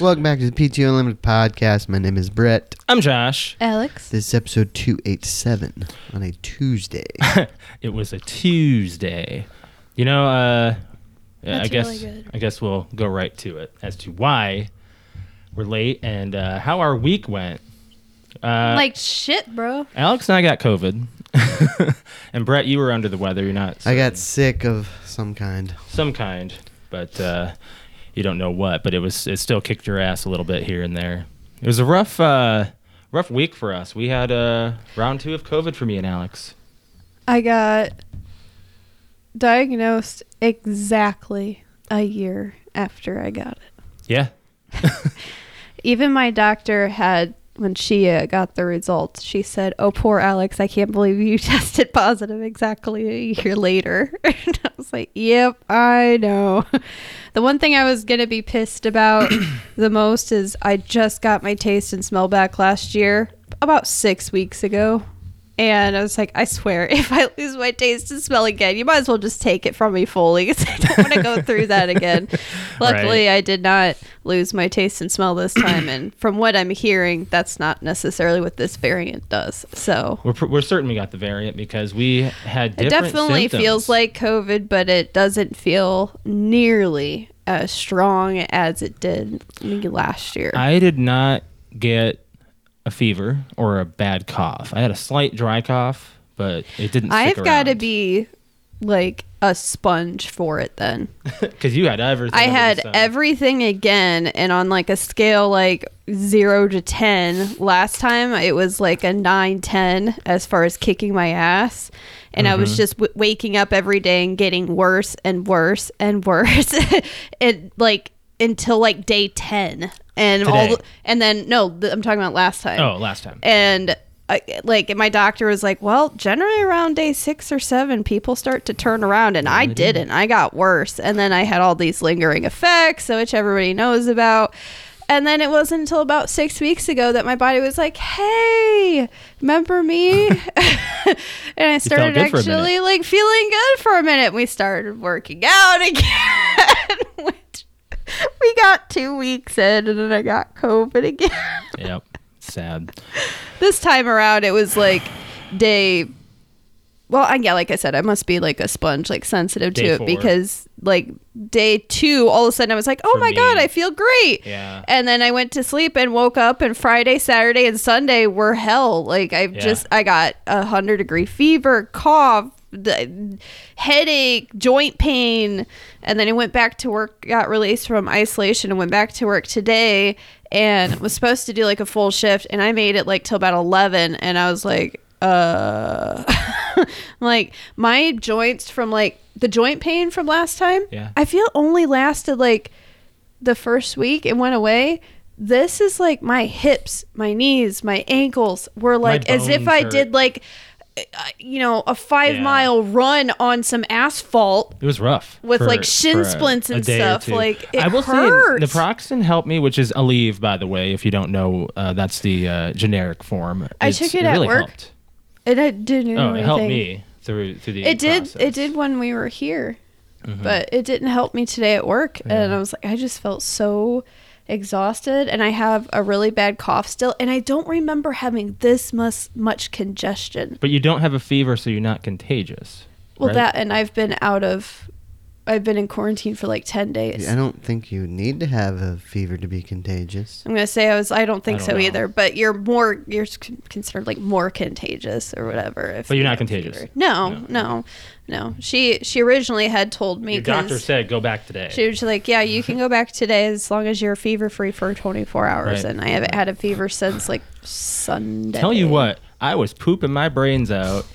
Welcome back to the PTO Unlimited podcast. My name is Brett. I'm Josh. Alex. This is episode 287 on a Tuesday. It was a Tuesday. You know, uh, yeah, I That's guess really good. I guess we'll go right to it as to why we're late and uh, how our week went. Uh, like shit, bro. Alex and I got COVID, and Brett, you were under the weather. You're not. I certain- got sick of some kind. some kind, but uh, you don't know what. But it was it still kicked your ass a little bit here and there. It was a rough uh, rough week for us. We had uh, round two of COVID for me and Alex. I got diagnosed exactly a year after I got it. Yeah, Even my doctor had, when she uh, got the results, she said, Oh, poor Alex, I can't believe you tested positive exactly a year later. and I was like, Yep, I know. The one thing I was going to be pissed about the most is I just got my taste and smell back last year, about six weeks ago. And I was like, I swear, if I lose my taste and smell again, you might as well just take it from me fully 'cause I don't want to go through that again. Luckily, I did not lose my taste and smell this time. And from what I'm hearing, that's not necessarily what this variant does. So we're pr- we're certain we got the variant because we had it different definitely symptoms. feels like COVID, but it doesn't feel nearly as strong as it did last year. I did not get a fever or a bad cough. I had a slight dry cough, but it didn't. I've got to to be like a sponge for it then. because you had everything. I under the had sun. everything again, and on like a scale like zero to ten, last time it was like a nine ten as far as kicking my ass, and I Mm-hmm. was just w- waking up every day and getting worse and worse and worse, and like until like day ten, and Today. all, the- and then no, th- I'm talking about last time Oh, last time. and I, like my doctor was like well generally around day six or seven people start to turn around and i didn't i got worse and then i had all these lingering effects which everybody knows about and then it wasn't until about six weeks ago that my body was like hey remember me and i started good for a minute. actually like feeling good for a minute we started working out again which we got two weeks in and then i got covid again Yep. Sad. this time around it was like day well I, yeah like i said i must be like a sponge like sensitive to Day it four. because like day two all of a sudden i was like oh For my me. god i feel great Yeah. and then i went to sleep and woke up and friday saturday and sunday were hell like i've Yeah. just i got a hundred degree fever cough the headache joint pain and then i went back to work got released from isolation and went back to work today and was supposed to do like a full shift and i made it like till about 11 and i was like uh like my joints from like the joint pain from last time Yeah. i feel only lasted like the first week it went away this is like my hips my knees my ankles were like as if bones i hurt. did like uh, you know a five Yeah. mile run on some asphalt It was rough With, for- like, shin for a- splints a and day or stuff, two. like, it I will hurt. say naproxen helped me, which is Aleve, by the way. If you don't know, uh, that's the uh, generic form. I took it at really work. helped. and it didn't do Oh, it helped anything. me through through the. it did process. Mm-hmm. it did when we were here but it didn't help me today at work and i was like i just felt so exhausted and i have a really bad cough still and i don't remember having this much much congestion But you don't have a fever, so you're not contagious. well right? that and i've been out of i've been in quarantine for like 10 days I don't think you need to have a fever to be contagious. i'm gonna say i was i don't think I don't so know. either but you're more you're con- considered like more contagious or whatever if But you're you not have a contagious. fever. no No. no no, she she originally had told me Your doctor 'cause- said go back today. She was like, "Yeah, you can go back today as long as you're fever free for 24 hours." Right. And I haven't had a fever since like Sunday. Tell you what, I was pooping my brains out.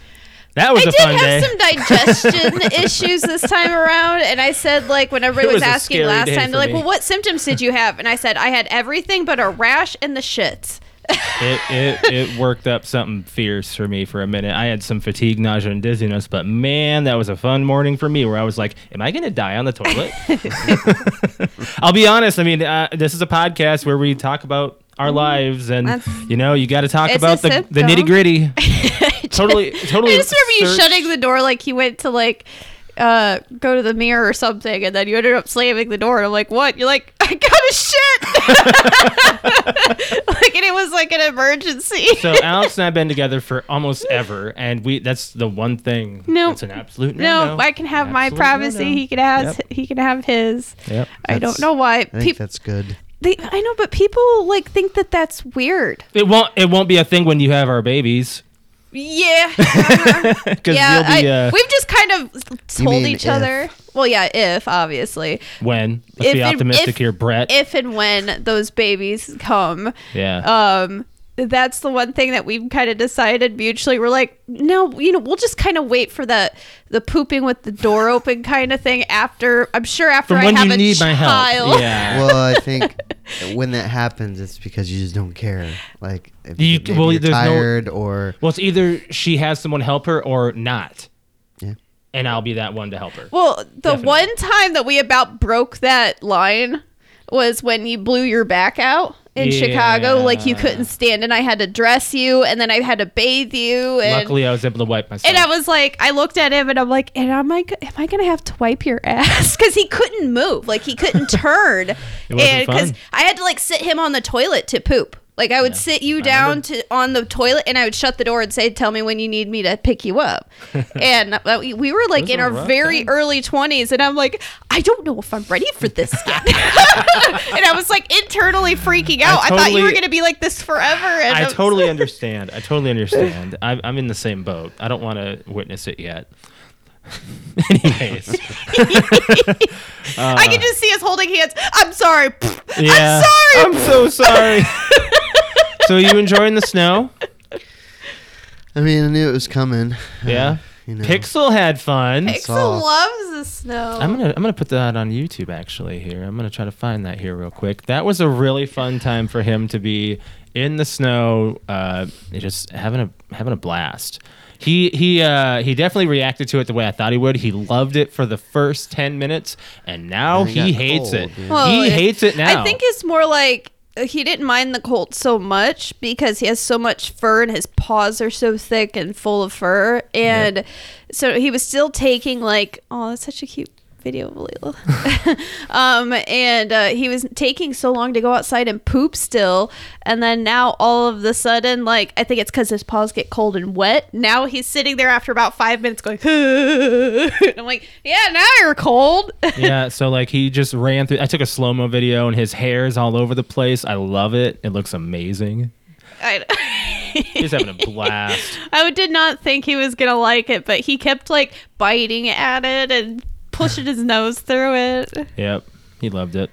That was I a did fun have day. some digestion issues this time around, and I said like when everybody It was, was a asking scary last day time, for they're like, me. "Well, what symptoms did you have?" And I said I had everything but a rash and the shits. it, it it worked up something fierce for me for a minute. I had some fatigue, nausea, and dizziness, but man, that was a fun morning for me where I was like, "Am I gonna die on the toilet?" I'll be honest. I mean, uh, this is a podcast where we talk about our lives, and Mm-hmm. That's- you know, you got to talk It's about a the, the symptom. nitty gritty. totally, totally. I just remember you searched- shutting the door like you went to like uh go to the mirror or something and then you ended up slamming the door and I'm like, What? You're like, I got a shit Like and it was like an emergency. So Alex and I've been together for almost ever, and we—that's the one thing. No. it's an absolute no. no, I can have my Absolute privacy. no-no. He can have he can have his. Yep. I don't That's- know why I think people. that's good. They, I know, but people like think that that's weird. It won't. It won't be a thing when you have our babies. Yeah, Uh-huh. Because yeah. you'll be I- uh, we've just kind of You told mean each if. other. Well, yeah, if obviously, when. Let's be if- optimistic if- here, Brett. if and when those babies come, yeah. um, that's the one thing that we've kind of decided mutually. We're like, no, you know, we'll just kind of wait for the the pooping with the door open kind of thing after. I'm sure after From I when have you a need my child. help. Yeah. Well, I think when that happens, it's because you just don't care. Like, if You- you, maybe well, you're there's no- tired or Well, it's either she has someone help her or not. Yeah. And I'll be that one to help her. Well, the Definitely. one time that we about broke that line was when you blew your back out in Chicago. Like you Yeah. couldn't stand, and I had to dress you, and then I had to bathe you, and Luckily, I was able to wipe myself. and I was like, I looked at him, and I'm like, and am I go- am I gonna have to wipe your ass because he couldn't move, like he couldn't turn, wasn't and fun. I had to like sit him on the toilet to poop. Like I would sit you down to on the toilet, and I would shut the door and say, "Tell me when you need me to pick you up." and uh, we- we were like Those in are our rough very times. early twenties, and I'm like, I don't know if I'm ready for this yet. and I was like internally freaking out. I, thought you were totally- gonna be like this forever. And I I'm- totally understand. I totally understand. I'm, I'm in the same boat. I don't want to witness it yet. Anyways. I Uh, can just see us holding hands. I'm sorry. Yeah. sorry. I'm so sorry. so, you enjoying the snow? I mean, I knew it was coming. Uh, Yeah. you know. Pixel had fun. Pixel Saw. loves the snow. I'm gonna I'm gonna put that on YouTube actually here. I'm gonna try to find that here real quick. That was a really fun time for him to be in the snow, uh, just having a having a blast. He he uh, he definitely reacted to it the way I thought he would. He loved it for the first ten minutes, and now And it he got hates cold, it. yeah. Well, he it- hates it now. I think it's more like uh, he didn't mind the cold so much because he has so much fur and his paws are so thick and full of fur. And so he was still taking like, oh, that's such a cute video of Layla. um, and uh, he was taking so long to go outside and poop still. And then now all of the sudden, like, I think it's because his paws get cold and wet. Now he's sitting there after about five minutes going, and I'm like, yeah, now you're cold. yeah, so like he just ran through. I took a slow mo video, and his hair's all over the place. I love it. It looks amazing. I- He's having a blast. I did not think he was gonna like it, but he kept like biting at it and pushing his nose through it. Yep, he loved it.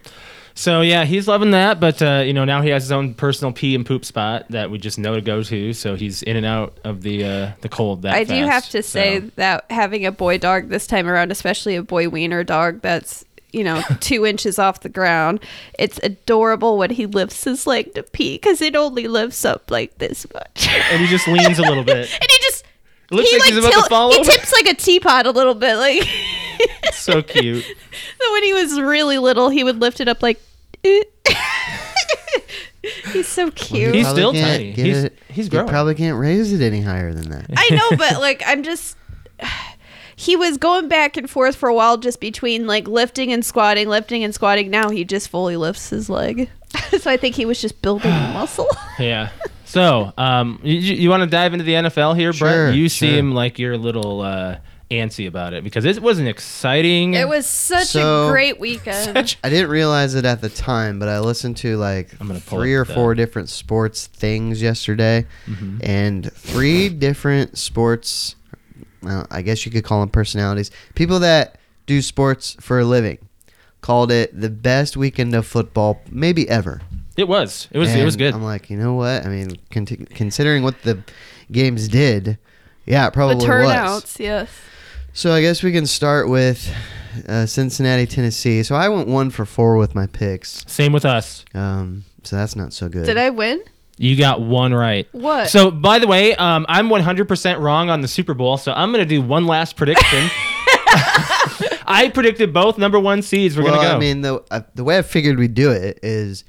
So yeah, he's loving that. But uh, you know, now he has his own personal pee and poop spot that we just know to go to. So he's in and out of the uh, the cold. That I do have fast. to say So- that having a boy dog this time around, especially a boy wiener dog that's you know two inches off the ground, it's adorable when he lifts his leg to pee because it only lifts up like this much, and he just leans a little bit. and he just. It looks he like he's about tilt- to fall he over. tips like a teapot a little bit, like. so cute. So when he was really little, he would lift it up like. eh. He's so cute. You He's probably still can't tiny. get He's- it- he's you growing. probably can't raise it any higher than that. I know, but like I'm just. He was going back and forth for a while, just between like lifting and squatting, lifting and squatting. Now he just fully lifts his leg, so I think he was just building muscle. Yeah. So um, you, you want to dive into the NFL here, Sure, Brett? You sure. seem like you're a little uh, antsy about it because it was an exciting. It was such So- a great weekend. I didn't realize it at the time, but I listened to like I'm gonna pull three up Mm-hmm. the- or four different sports things yesterday, and three different sports. Well, I guess you could call them personalities. People that do sports for a living called it the best weekend of football maybe ever. It was. It was. It was And good. I'm like, you know what? I mean, con- considering what the games did, yeah, it The probably was. turnouts, yes. So I guess we can start with uh, Cincinnati, Tennessee. So I went one for four with my picks. Same with us. Um, so that's not so good. Did I win? You got one right. What? So, by the way, um, I'm 100% wrong on the Super Bowl, so I'm going to do one last prediction. I predicted both number one seeds were well, going to go. I mean, the uh, the way I figured we do it is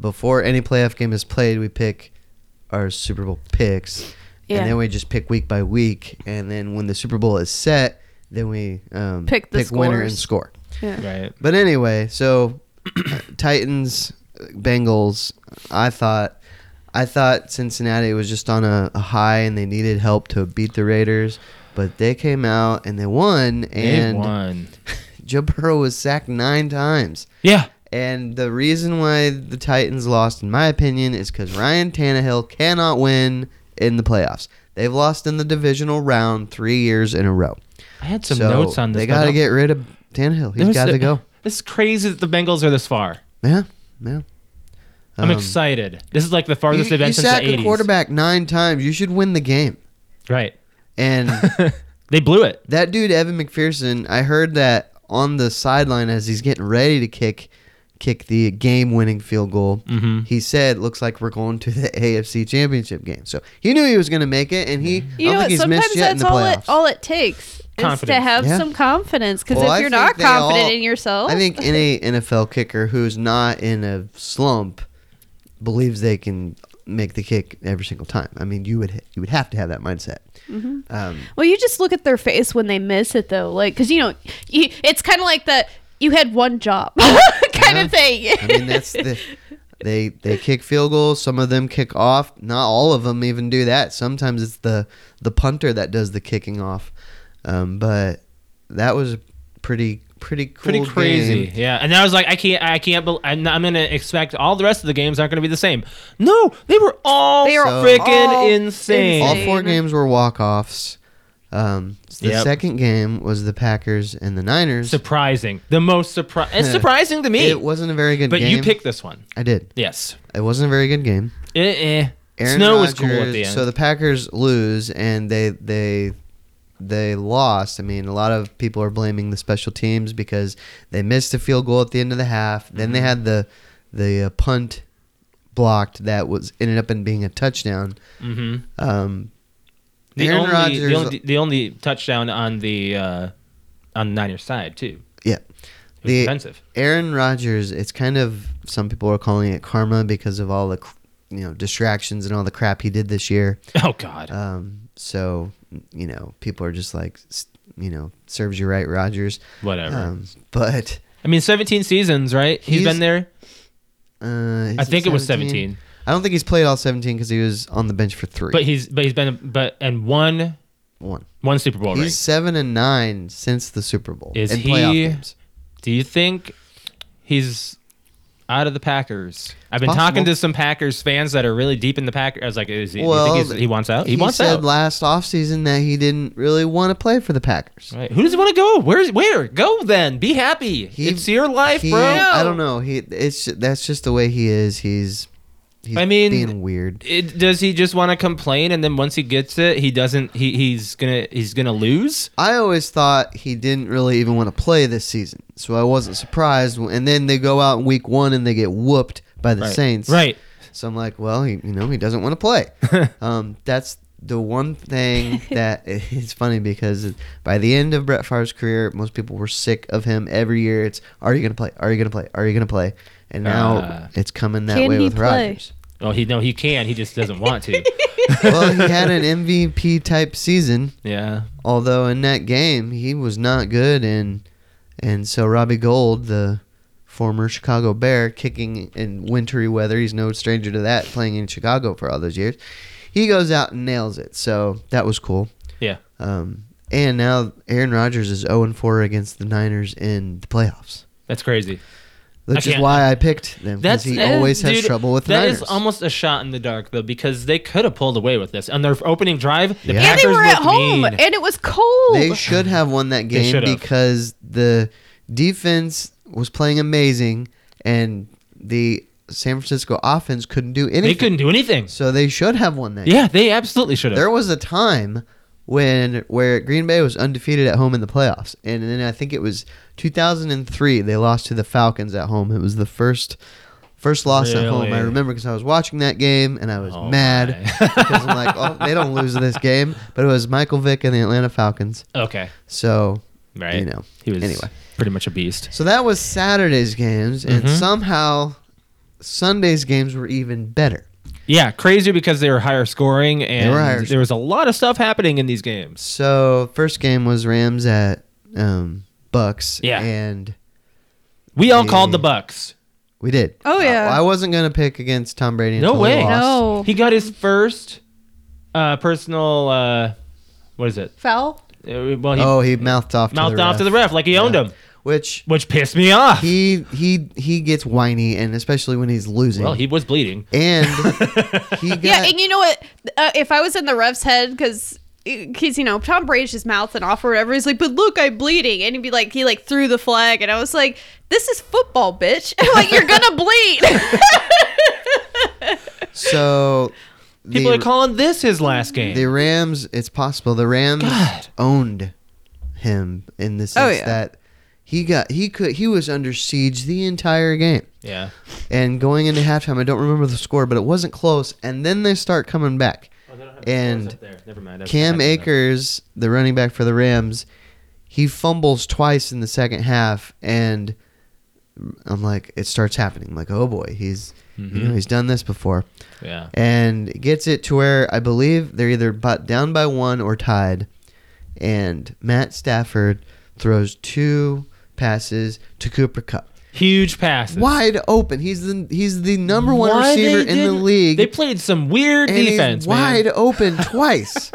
before any playoff game is played, we pick our Super Bowl picks, Yeah. and then we just pick week by week, and then when the Super Bowl is set, then we um, Pick the winner and scores. score. yeah. right. But anyway, so Titans, Bengals. I thought, I thought Cincinnati was just on a, a high and they needed help to beat the Raiders, but they came out and they won. They And won. Joe Burrow was sacked nine times. Yeah. And the reason why the Titans lost, in my opinion, is because Ryan Tannehill cannot win in the playoffs. They've lost in the divisional round three years in a row. I had some So notes on this. They but I got to don't- get rid of Tannehill. there He's was got a- to go. This is crazy that the Bengals are this far. Yeah, yeah. I'm Um, excited. This is like the farthest you, they've been you since sack the 80s. a quarterback nine times. You should win the game. Right. And they blew it. that dude Evan McPherson, I heard that on the sideline as he's getting ready to kick kick the game winning field goal. Mhm. He said, "Looks like we're going to the AFC Championship game." So he knew he was going to make it, and he You I know don't what? think he's Sometimes missed yet in the that's all playoffs. it, all it takes is to Confidence. have Yeah. some confidence. Because Well, I if you're think not they all- confident in yourself, I think any NFL kicker who's not in a slump believes they can make the kick every single time. I mean, you would you would have to have that mindset. Mm-hmm. Um, Well, you just look at their face when they miss it, though, like because you know, you, it's kind of like the you had one job Uh-huh. kind Yeah. of thing. I mean, that's the they they kick field goals. Some of them kick off. Not all of them even do that. Sometimes it's the the punter that does the kicking off. Um, but that was a pretty pretty cool Pretty crazy. game. Yeah. And I was like, I can't, I can't, bel I'm, not- I'm going to expect all the rest of the games aren't going to be the same. No, they were all They they are all freaking insane. All Insane. four games were walk offs. Um, the Yep. second game was the Packers and the Niners. Surprising. The most surprise. It's surprising to me. It wasn't a very good but game. you picked this one. I did. Yes. It wasn't a very good game. Eh, eh. Aaron Snow was Rodgers, cool at the end. So the Packers lose, and they they they lost. I mean, a lot of people are blaming the special teams because they missed a field goal at the end of the half. Then Mm-hmm. they had the the uh, punt blocked that was ended up in being a touchdown. hmm Um, the, Aaron only, Rodgers, the, only, the only touchdown on the uh, on Niners side, too. yeah, It was The- defensive. Aaron Rodgers. It's kind of some people are calling it karma because of all the cr- you know distractions and all the crap he did this year. Oh, God. Um, so you know, people are just like, s- you know, serves you right, Rogers. Whatever. Um, but I mean, 17 seasons, right? he's He's- been there. uh, is I think it was 17. I don't think he's played all seventeen because he was on the bench for three. But he's but he's been but and one one. one Super Bowl he's ring. seven and nine since the Super Bowl Is in playoff he- games. Do you think he's out of the Packers? I've been Possible. talking to some Packers fans that are really deep in the Packers. I was like, is he, do you think he's, he wants out? He, wants said out. last offseason that he didn't really want to play for the Packers. right. Who does he want to go? Where's where? Go then. Be happy. He- it's your life, He- bro. I don't know. He it's ju- that's just the way he is. He's, he's I mean, being weird. It, does he just want to complain and then once he gets it, he doesn't. He, he's gonna he's gonna lose. I always thought he didn't really even want to play this season, so I wasn't surprised. when- And then they go out in week one and they get whooped by the Right. Saints. Right. So I'm like, well, he, you know, he doesn't want to play. um, that's the one thing that it's funny because by the end of Brett Favre's career, most people were sick of him every year. It's are you going to play? Are you going to play? Are you going to play? And now Ah. it's coming that Can way he with play? Rodgers. Oh, he no, he can. He just doesn't want to. well, he had an MVP type season. yeah. although in that game he was not good and and so Robbie Gold the former Chicago Bear kicking in wintry weather he's no stranger to that playing in Chicago for all those years he goes out and nails it so that was cool Yeah. um, and now Aaron Rodgers is 0 4 against the Niners in the playoffs That's crazy. which is can't- why I picked them because he that- always has dude, trouble with the That is Niners almost a shot in the dark though, because they could have pulled away with this on their opening drive. The Yeah. and Packers they were at looked home, mean. and it was cold. They should have won that game should have. because the defense was playing amazing and the San Francisco offense couldn't do anything. They couldn't do anything. So they should have won that. Yeah, they absolutely should have. There was a time when where Green Bay was undefeated at home in the playoffs, and then I think it was 2003 they lost to the Falcons at home. It was the first first loss at home. I Really? remember because I was watching that game and I was Oh, mad my. because I'm like, oh, they don't lose this game. But it was Michael Vick and the Atlanta Falcons, Okay. so Right. you know. He was Anyway. pretty much a beast. So that was Saturday's games, and Mhm. somehow Sunday's games were even better. Yeah, crazy because they were higher scoring and were higher there was a lot of stuff happening in these games. So first game was Rams at um, Bucks. Yeah. and We all Yeah. called the Bucks. we did. Oh, Uh, yeah. I wasn't gonna pick against Tom Brady. No Until he way. lost. No. He got his first uh, personal uh, what is it? Foul? Uh, Well, he oh, he mouthed off. mouthed to the off ref, to the ref like he owned Yeah. him, Which which pissed me off. he he he gets whiny, and especially when he's losing. well, he was bleeding. and he got Yeah, and you know what? Uh, if I was in the ref's head, because you know Tom Brady's just mouthing off or whatever, he's like, "But look, I'm bleeding," and he'd be like, he like threw the flag, and I was like, "This is football, bitch! like you're gonna bleed." so. People the, are calling this his last game. the Rams. It's possible the Rams owned him in the sense yeah. that he got he could he was under siege the entire game. yeah. and going into halftime, I don't remember the score, but it wasn't close. And then they start coming back. Oh, And Never mind. Cam Akers, the running back for the Rams, he fumbles twice in the second half, and I'm like, it starts happening. I'm like, oh boy, he's you know he's done this before, Yeah. and it gets it to where I believe they're either but down by one or tied, and Matt Stafford throws two passes to Cooper Cup Huge passes. wide open. He's the he's the number one Why they receiver in the didn't- league. They played some weird and defense. he's man. wide open twice.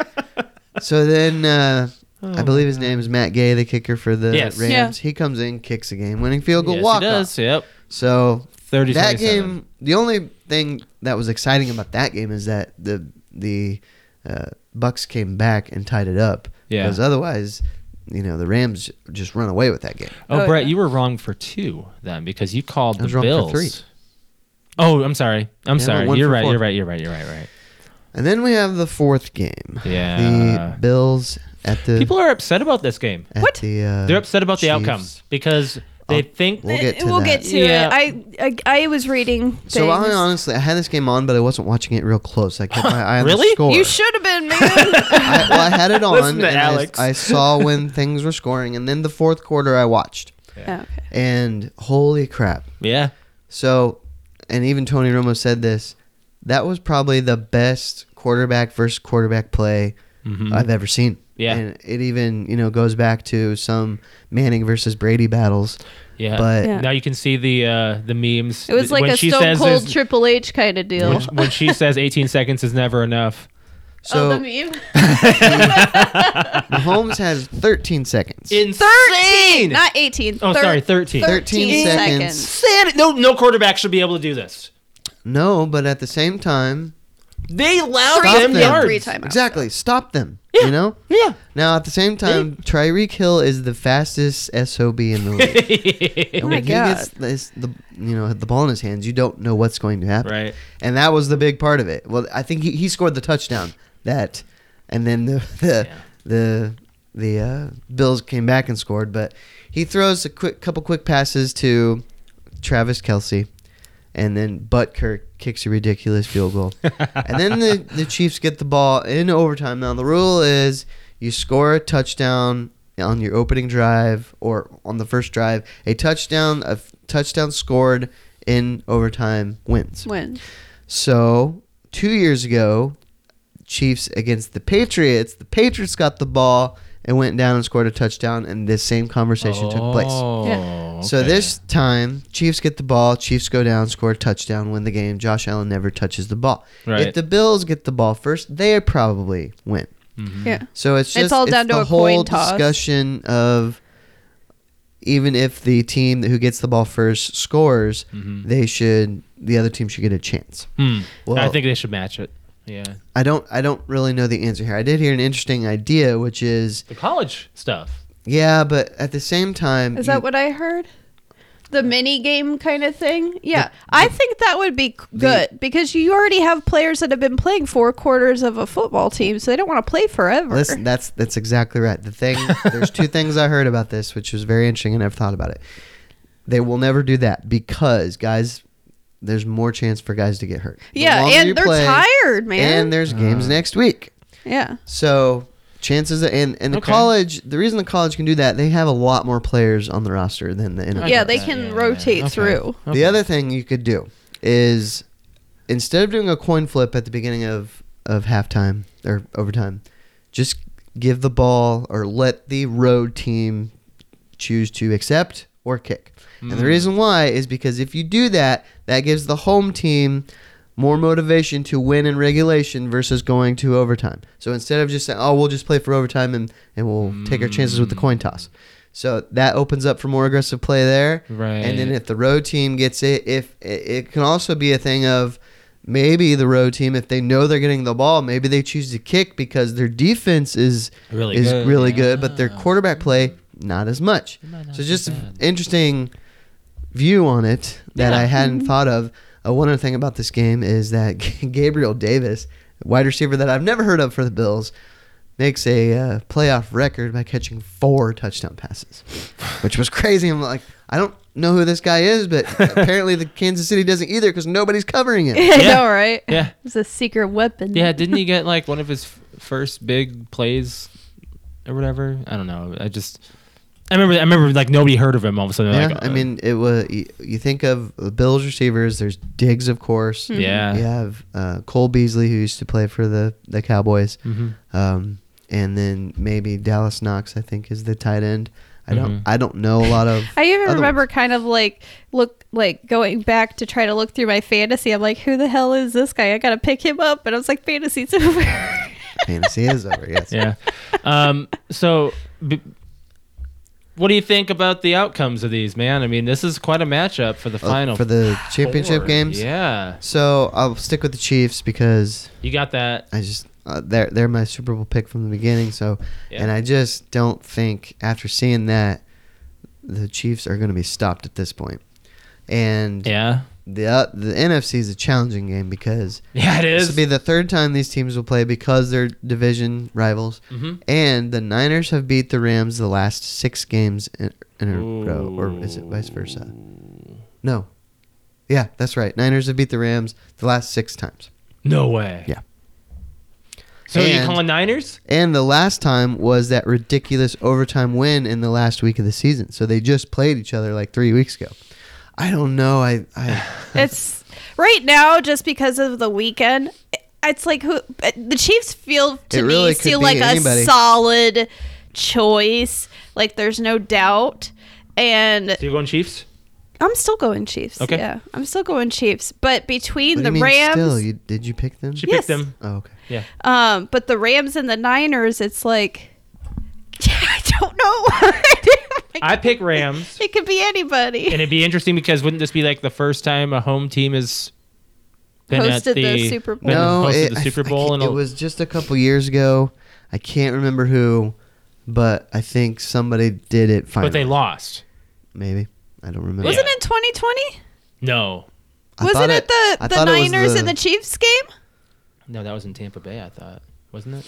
so then uh, I believe his name is Matt Gay, the kicker for the Oh Yes. Rams. Yeah. He comes in, kicks a game winning field goal Yes, he walk does. off. Yep. So 30 that 27. game, the only thing that was exciting about that game is that the the uh, Bucks came back and tied it up. Yeah. Because otherwise, you know, the Rams just run away with that game. Oh, Oh, Brett, yeah. you were wrong for two then because you called I was the wrong for Bills. three. Oh, I'm sorry. I'm Yeah, sorry. one You're for right. four. You're right. You're right. You're right. Right. And then we have the fourth game. Yeah. The Bills at the People are upset about this game. at What? the, uh, They're upset about the Chiefs. outcome because they Oh. think We'll get to we'll that. get to Yeah. it. I, I I was reading. Things. So I honestly, I had this game on, but I wasn't watching it real close. I kept my eye on Really? the score. you should have been man. I, well, I had it on, Listen to and I- Alex. I, saw when things were scoring, and then the fourth quarter I watched, Oh, okay. and holy crap! yeah. So, and even Tony Romo said this. That was probably the best quarterback versus quarterback play I've ever seen. Mm-hmm. Yeah. and it even you know goes back to some Manning versus Brady battles. Yeah. But Yeah. now you can see the uh, the memes. It was like when a she Stone says Cold there's- Triple H kind of deal. when, when she says 18 seconds is never enough. so oh, the meme. Mahomes has 13 seconds. Insane. Not 18. oh, thir- sorry. 13. 13 seconds. Insanity. No, no quarterback should be able to do this. No, but at the same time, They allowed Three them them. yards. Three timeouts. exactly, stop them. Yeah. You know. Yeah. Now at the same time, Tyreek Hill is the fastest sob in the league. Oh and My when he gets this, the you know the ball in his hands, you don't know what's going to happen. Right. And that was the big part of it. Well, I think he, he scored the touchdown that, and then the the Yeah. the the uh, Bills came back and scored. But he throws a quick couple quick passes to Travis Kelsey. And then Butker kicks a ridiculous field goal. and then the, the Chiefs get the ball in overtime. Now, the rule is you score a touchdown on your opening drive or on the first drive. A touchdown, a f- touchdown scored in overtime wins. When? So, two years ago, Chiefs against the Patriots, the Patriots got the ball and went down and scored a touchdown, and this same conversation took place. Oh. Yeah. So this time, Chiefs get the ball. Chiefs go down, score a touchdown, win the game. Josh Allen never touches the ball. Right. If the Bills get the ball first, they probably win. Mm-hmm. Yeah. So it's just It's all down to the a whole coin toss. discussion of even if the team who gets the ball first scores, they should the other team should get a chance. Hmm. Well- I think they should match it. Yeah. I don't I don't really know the answer here. I did hear an interesting idea, which is The college stuff. yeah, but at the same time, Is you- that what I heard? the mini game kind of thing. Yeah, I think that would be c- good because you already have players that have been playing four quarters of a football team, so they don't want to play forever. Listen, that's that's exactly right. The thing there's two things I heard about this, which was very interesting, and I've thought about it. They will never do that because guys, there's more chance for guys to get hurt. The yeah, longer you and they're play, tired, man. and there's games next week. yeah, So chances are, and and the Okay. college, the reason the college can do that, they have a lot more players on the roster than the NFL. I yeah, get they that. can Yeah, yeah, yeah. rotate Okay. through. Okay. The other thing you could do is instead of doing a coin flip at the beginning of of halftime or overtime, just give the ball or let the road team choose to accept or kick. And the reason why is because if you do that, that gives the home team more motivation to win in regulation versus going to overtime. So instead of just saying, "Oh, we'll just play for overtime and and we'll take our chances with the coin toss." So that opens up for more aggressive play there. And then Right. if the road team gets it, if it, it can also be a thing of maybe the road team, if they know they're getting the ball, maybe they choose to kick because their defense is Really is good. really Yeah. good, but their quarterback play not as much. might not So be just an bad. interesting view on it that Yeah. I hadn't thought of. Uh, one other thing about this game is that Gabriel Davis, wide receiver that I've never heard of for the Bills, makes a uh, playoff record by catching four touchdown passes, which was crazy. I'm like, I don't know who this guy is, but apparently the Kansas City doesn't either because nobody's covering him. I Yeah. know, right? Yeah. It's a secret weapon. Yeah, didn't he get like one of his f- first big plays or whatever? I don't know. I just I remember I remember like nobody heard of him all of a sudden. Yeah, like, I uh, mean, it was. You, you think of the Bills receivers. There's Diggs, of course. Mm-hmm. Yeah. You have uh, Cole Beasley, who used to play for the the Cowboys, Mm-hmm. um, and then maybe Dallas Knox. I think is the tight end. I don't. Mhm. I don't know a lot of. I even other remember kind of like look like going back to try to look through my fantasy. I'm like, who the hell is this guy? I gotta pick him up. And I was like, fantasy's over. ones. fantasy is over. Yes. Yeah. Um so b- what do you think about the outcomes of these, man? I mean, this is quite a matchup for the Uh, final for the championship four. games. Yeah. So I'll stick with the Chiefs because You got that. I just uh, they're they're my Super Bowl pick from the beginning. So, Yeah. and I just don't think after seeing that, the Chiefs are going to be stopped at this point. And Yeah. the uh, the NFC is a challenging game because Yeah, it this will is. be the third time these teams will play because they're division rivals. Mhm. And the Niners have beat the Rams the last six games in, in a row, or is it vice versa? No. Yeah, that's right. Niners have beat the Rams the last six times. No way. Yeah. So are you And- calling Niners? And the last time was that ridiculous overtime win in the last week of the season. So they just played each other like three weeks ago. I don't know. I, I it's right now just because of the weekend. It's like who the Chiefs feel to It me really could seem be like anybody. a solid choice. Like there's no doubt. And So you going Chiefs? I'm still going Chiefs. Okay. Yeah, I'm still going Chiefs. But between what do the you mean Rams, Still, you, did you pick them? She Yes. picked them. Oh, okay. Um, but the Rams and the Niners, it's like I don't know. I pick Rams. it could be anybody. And it'd be interesting because wouldn't this be like the first time a home team has been at Hosted the, the Super Bowl. been No, hosted it, the I- Super I Bowl? can't- and it was just a couple years ago. I can't remember who, but I think somebody did it finally. but they lost. Maybe. I don't remember. Wasn't Yeah. it 2020? No, I Wasn't thought it, I the the thought it was Niners and the Chiefs game? no, that was in Tampa Bay. I thought wasn't it?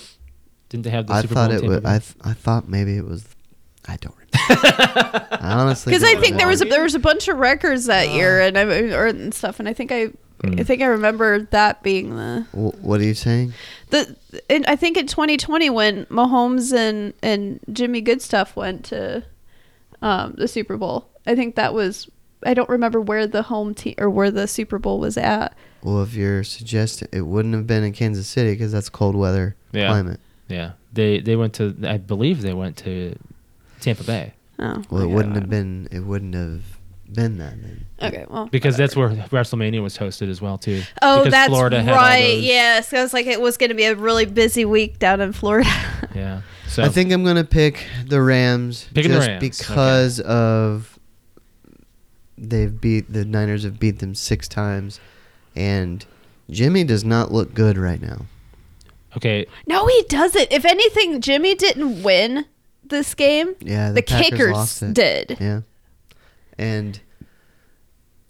Didn't they have the I Super thought Bowl? in it was. Tampa I, th- I thought maybe it was. I don't remember. I honestly. Because don't I think there remember. was a, there was a bunch of records Uh. that year and I or and stuff, and I think I. Hmm. I think I remember that being the Wh- What are you saying? the. And I think in 2020 when Mahomes and and Jimmy Goodstuff went to um, the Super Bowl, I think that was. I don't remember where the home team or where the Super Bowl was at, Well, if you're suggesting, it wouldn't have been in Kansas City because that's cold weather Yeah. climate. yeah, they they went to. I believe they went to Tampa Bay Oh. Well, it Yeah. wouldn't have been. It wouldn't have been that. Then. Okay. Well. because that's where WrestleMania was hosted as well too. Oh, because that's Florida had all right. those- Yes, I was like, it was going to be a really busy week down in Florida. yeah. So I think I'm gonna pick the Rams Picking the just Rams, because of they've beat the Niners have beat them six times, and Jimmy does not look good right now. okay, no, he doesn't. If anything, Jimmy didn't win this game. Yeah, the Packers kickers lost it. did. Yeah, and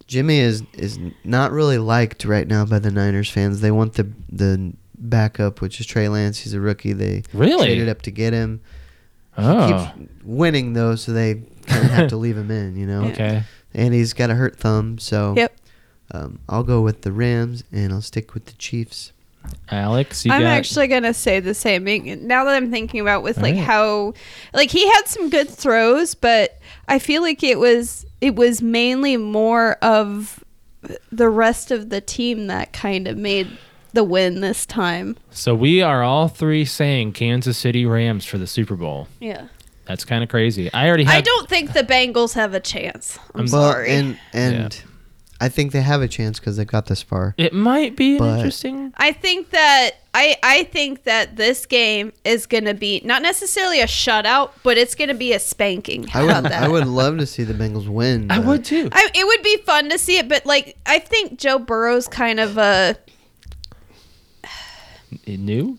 Jimmy is is not really liked right now by the Niners fans. They want the the backup, which is Trey Lance. He's a rookie. They Really? traded up to get him. Oh, He keeps winning though, so they kind of have to leave him in, you know. okay. And he's got a hurt thumb, so Yep. um, I'll go with the Rams and I'll stick with the Chiefs. Alex, you I'm got actually gonna say the same. thing. Now that I'm thinking about with like Alright. how, like he had some good throws, but I feel like it was it was mainly more of the rest of the team that kind of made the win this time. So we are all three saying Kansas City Rams for the Super Bowl. Yeah, That's kind of crazy. I already have I don't think the Bengals have a chance. I'm I'm- Well, sorry. and and I think they have a chance because they got this far. It might be an But- interesting. I think that I I think that this game is gonna be not necessarily a shutout, but it's gonna be a spanking. How I about would that? I would love to see the Bengals win. I but would too. I, it would be fun to see it, but like I think Joe Burrow's kind of a It new?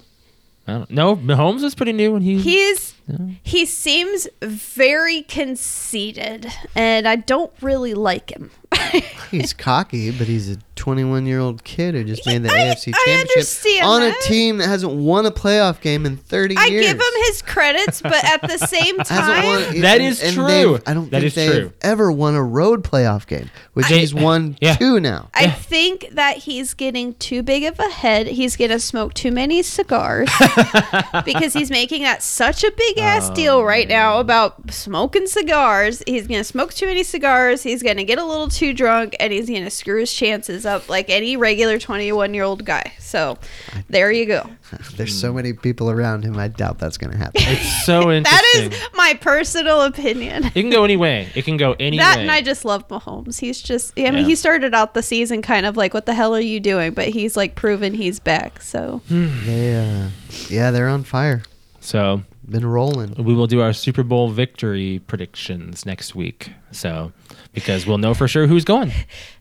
I don't know. Mahomes was pretty new when he. he's No. he seems very conceited, and I don't really like him. He's cocky, but he's a 21 year old kid who just made the I- AFC I Championship understand on that. a team that hasn't won a playoff game in 30 I years. give him his credits, but at the same Hasn't won- time, That and- is and true. they've- I don't That think is they've true. ever won a road playoff game, which They- he's won Yeah. two now. I think that he's getting too big of a head. He's gonna smoke too many cigars because he's making that such a big ass Oh, deal right now about smoking cigars. He's gonna smoke too many cigars. He's gonna get a little too drunk, and he's gonna screw his chances up like any regular twenty-one year old guy. So, there you go. There's so many people around him. I doubt that's going to happen. It's so interesting. That is my personal opinion. It can go any way. It can go any That way. and I just love Mahomes. He's just, I mean, Yeah. he started out the season kind of like, what the hell are you doing? But he's like proven he's back. So, they, uh, yeah, they're on fire. so Been rolling. we will do our Super Bowl victory predictions next week. So because we'll know for sure who's going.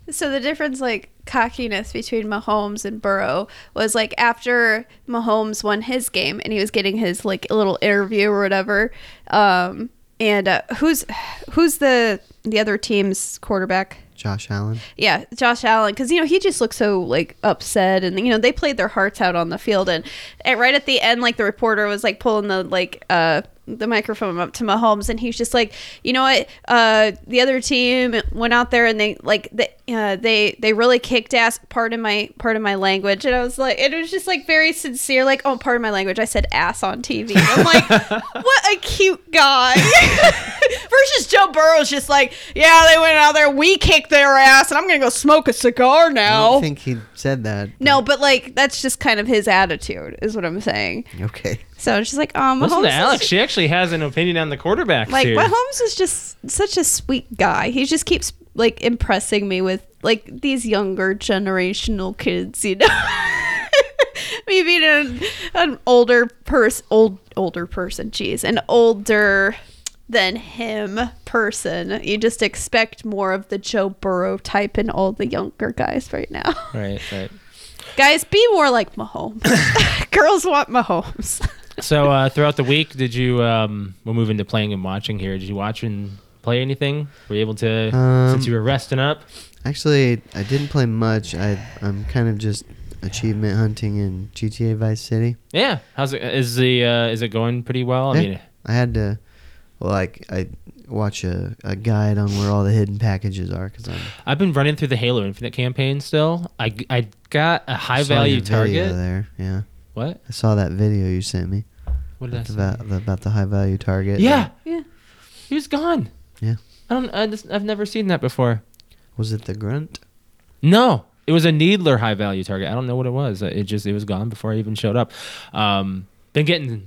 so the difference, like, cockiness between Mahomes and Burrow was like after Mahomes won his game and he was getting his like little interview or whatever. Um, and uh, who's who's the the other team's quarterback? Josh Allen. yeah, Josh Allen, because you know he just looked so like upset, and you know they played their hearts out on the field, and, and right at the end, like the reporter was like pulling the like uh the microphone up to Mahomes, and he's just like, you know what, uh the other team went out there and they like they uh, they they really kicked ass. Pardon my pardon my language, and I was like, it was just like very sincere, like oh pardon my language, I said ass on TV. I'm like, what a cute guy. Versus Joe Burrow's just like, yeah, they went out there, we kicked their ass, and I'm gonna go smoke a cigar I now. don't think he said that. no, but like that's just kind of his attitude, is what I'm saying. Okay. So it's just like, um, Listen to Mahomes Alex. is, She actually has an opinion on the quarterbacks like here. Mahomes is just such a sweet guy. He just keeps like impressing me with like these younger generational kids, you know. Me being an, an older person, old older person, geez, an older than him person. You just expect more of the Joe Burrow type in all the younger guys right now. Right, right. guys, be more like Mahomes. Girls want Mahomes. So uh, throughout the week, did you? Um, we'll move into playing and watching here. Did you watch and play anything? Were you able to? Um, since you were resting up, Actually, I didn't play much. I, I'm kind of just achievement hunting in GTA Vice City. yeah. How's it? Is the uh, is it going pretty well? I Yeah. mean, I had to, well, like I watch a, a guide on where all the hidden packages are because I'm I've been running through the Halo Infinite campaign still. I, I got a high I saw value your video target. there. Yeah, What? I saw that video you sent me What did I say? about the, about the high value target. Yeah. Yeah. He was gone. Yeah. I don't. I just, I've never seen that before. Was it the grunt? No, it was a needler high value target. I don't know what it was. It just it was gone before I even showed up. Um, been getting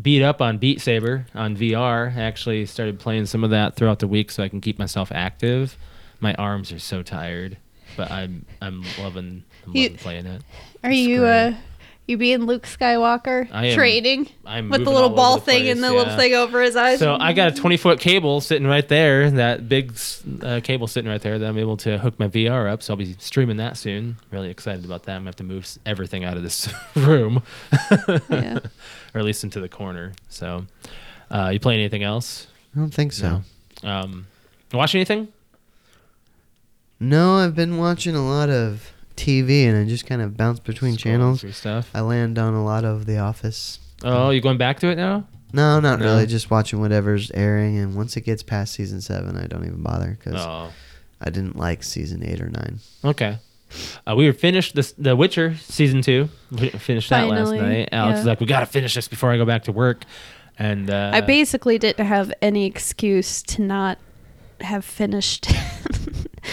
beat up on Beat Saber on VR. I actually started playing some of that throughout the week so I can keep myself active. My arms are so tired, but I'm I'm loving I'm You- loving playing it. Are It's you great. uh you being Luke Skywalker I am training I'm with the moving little all over ball the thing place, and the little yeah. thing over his eyes? So I got a 20 foot cable sitting right there, that big uh, cable sitting right there that I'm able to hook my VR up. So I'll be streaming that soon. Really excited about that. I'm gonna have to move s- everything out of this room, yeah. or at least into the corner. So, uh, you play anything else? I don't think so. Um, watch anything? No, I've been watching a lot of TV and I just kind of bounce between Scrolling channels. through stuff. I land on a lot of The Office. Oh, you going back to it now? No, not No? really. Just watching whatever's airing, and once it gets past season seven, I don't even bother because Oh, I didn't like season eight or nine. okay. Uh, we were finished this, The Witcher season two. We finished that last Finally, night. Alex yeah. is like, we gotta finish this before I go back to work. And uh, I basically didn't have any excuse to not have finished.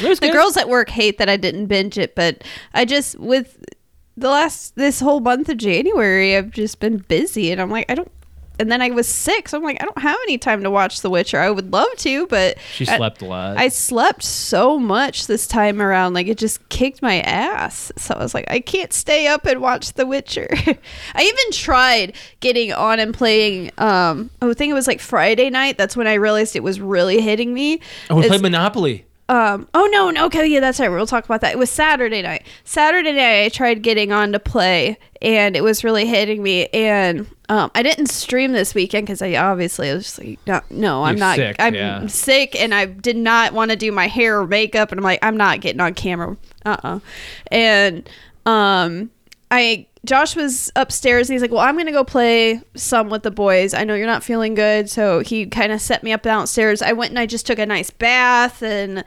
It was the good. girls at work hate that I didn't binge it, but I just with the last this whole month of January, I've just been busy, and I'm like, I don't. And then I was sick, so I'm like, I don't have any time to watch The Witcher. I would love to, but she I- slept a lot. I slept so much this time around, like it just kicked my ass. So I was like, I can't stay up and watch The Witcher. I even tried getting on and playing. Um, I think it was like Friday night. That's when I realized it was really hitting me. oh, we It's- played Monopoly. um oh no no okay yeah that's right we'll talk about that it was saturday night saturday night i tried getting on to play and it was really hitting me and um, i didn't stream this weekend because i obviously I was just like no, no i'm You're not sick, i'm yeah. sick and i did not want to do my hair or makeup and i'm like i'm not getting on camera uh-uh and um i josh was upstairs and he's like well i'm gonna go play some with the boys i know you're not feeling good so he kind of set me up downstairs i went and i just took a nice bath and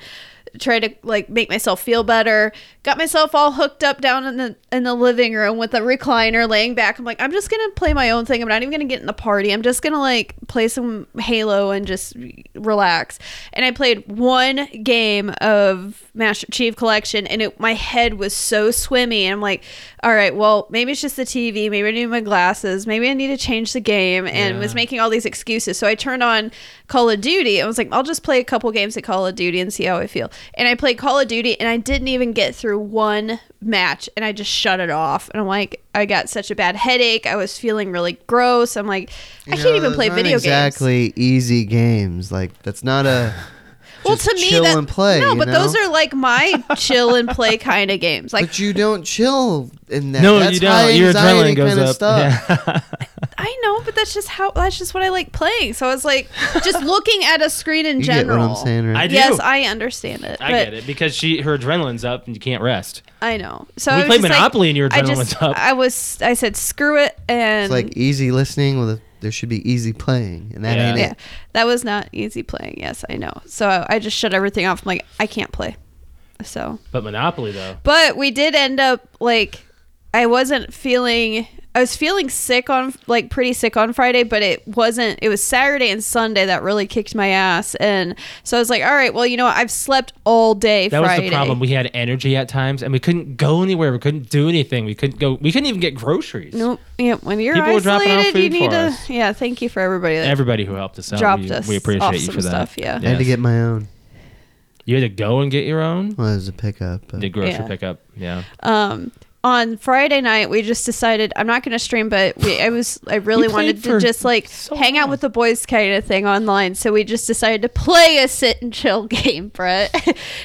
tried to like make myself feel better got myself all hooked up down in the in the living room with a recliner laying back i'm like i'm just gonna play my own thing i'm not even gonna get in the party i'm just gonna like play some halo and just relax and i played one game of master chief collection and it my head was so swimmy and i'm like all right well maybe it's just the tv maybe i need my glasses maybe i need to change the game and was making all these excuses so i turned on call of duty i was like i'll just play a couple games at call of duty and see how i feel and i played call of duty and i didn't even get through one match and i just shut it off and i'm like i got such a bad headache i was feeling really gross i'm like i You can't know, even those play aren't video games exactly easy games. Like that's not a. Well, just to me, chill that, and play. No, you but those know? are like my chill and play kind of games. Like But you don't chill in that. no, that's you don't. high Your anxiety adrenaline goes kinda up. Stuff. Yeah. I know, but that's just how that's just what I like playing. So I was like, just looking at a screen in You get general. what I'm saying, right? I do. yes, I understand it. I but get it because she her adrenaline's up and you can't rest. I know. So We I was played just Monopoly like, and your I adrenaline just, was up. I was. I said, screw it, It's and like easy listening. Well, there should be easy playing, and that Yeah. ain't yeah, it. that was not easy playing. Yes, I know. So I, I just shut everything off. I'm like, I can't play. So But Monopoly though, But we did end up like I wasn't feeling I was feeling sick on like pretty sick on Friday, but it wasn't it was Saturday and Sunday that really kicked my ass and so I was like, "All right, well, you know, what? I've slept all day that Friday." was the problem. We had energy at times and we couldn't go anywhere. We couldn't do anything. We couldn't go. We couldn't even get groceries. Nope. Yeah, when you're People were dropping off isolated, you food need for to us. Yeah, thank you for everybody that Everybody who helped us out, dropped we, us we appreciate off you some for that. stuff, yeah. I had to Yes. get Mm-hmm. my own. You had to go and get your own. Well, it was a pickup. But The grocery Yeah. pickup. Yeah. um on Friday night we just decided I'm not going to stream but we I was I really You played wanted for to just like so hang out long. with the boys kind of thing online so we just decided to play a sit and chill game Brett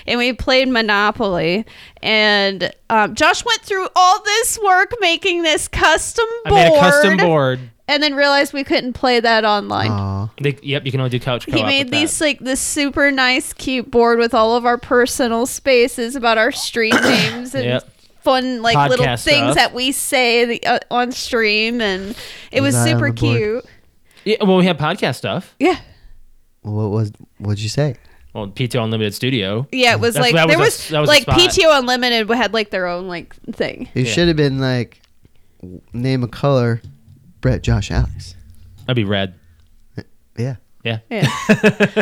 and we played Monopoly and um, Josh went through all this work making this custom I board made a custom board. and then realized we couldn't play that online Aw. They, yep, you can only do couch co-op. he made with these that. like this super nice cute board with all of our personal spaces about our street names and Yep. fun like little Podcast things stuff. that we say the, uh, on stream and it Was was, I on super the board? cute Yeah, well, we had podcast stuff. yeah What was? What'd you say? Well, PTO Unlimited Studio. yeah it was That's- like that was there a- was, that was a like spot. pto unlimited had like their own like thing It Yeah. should have been like w- name a color, Brett, Josh, Alex. That'd be red. Yeah. Yeah. Yeah.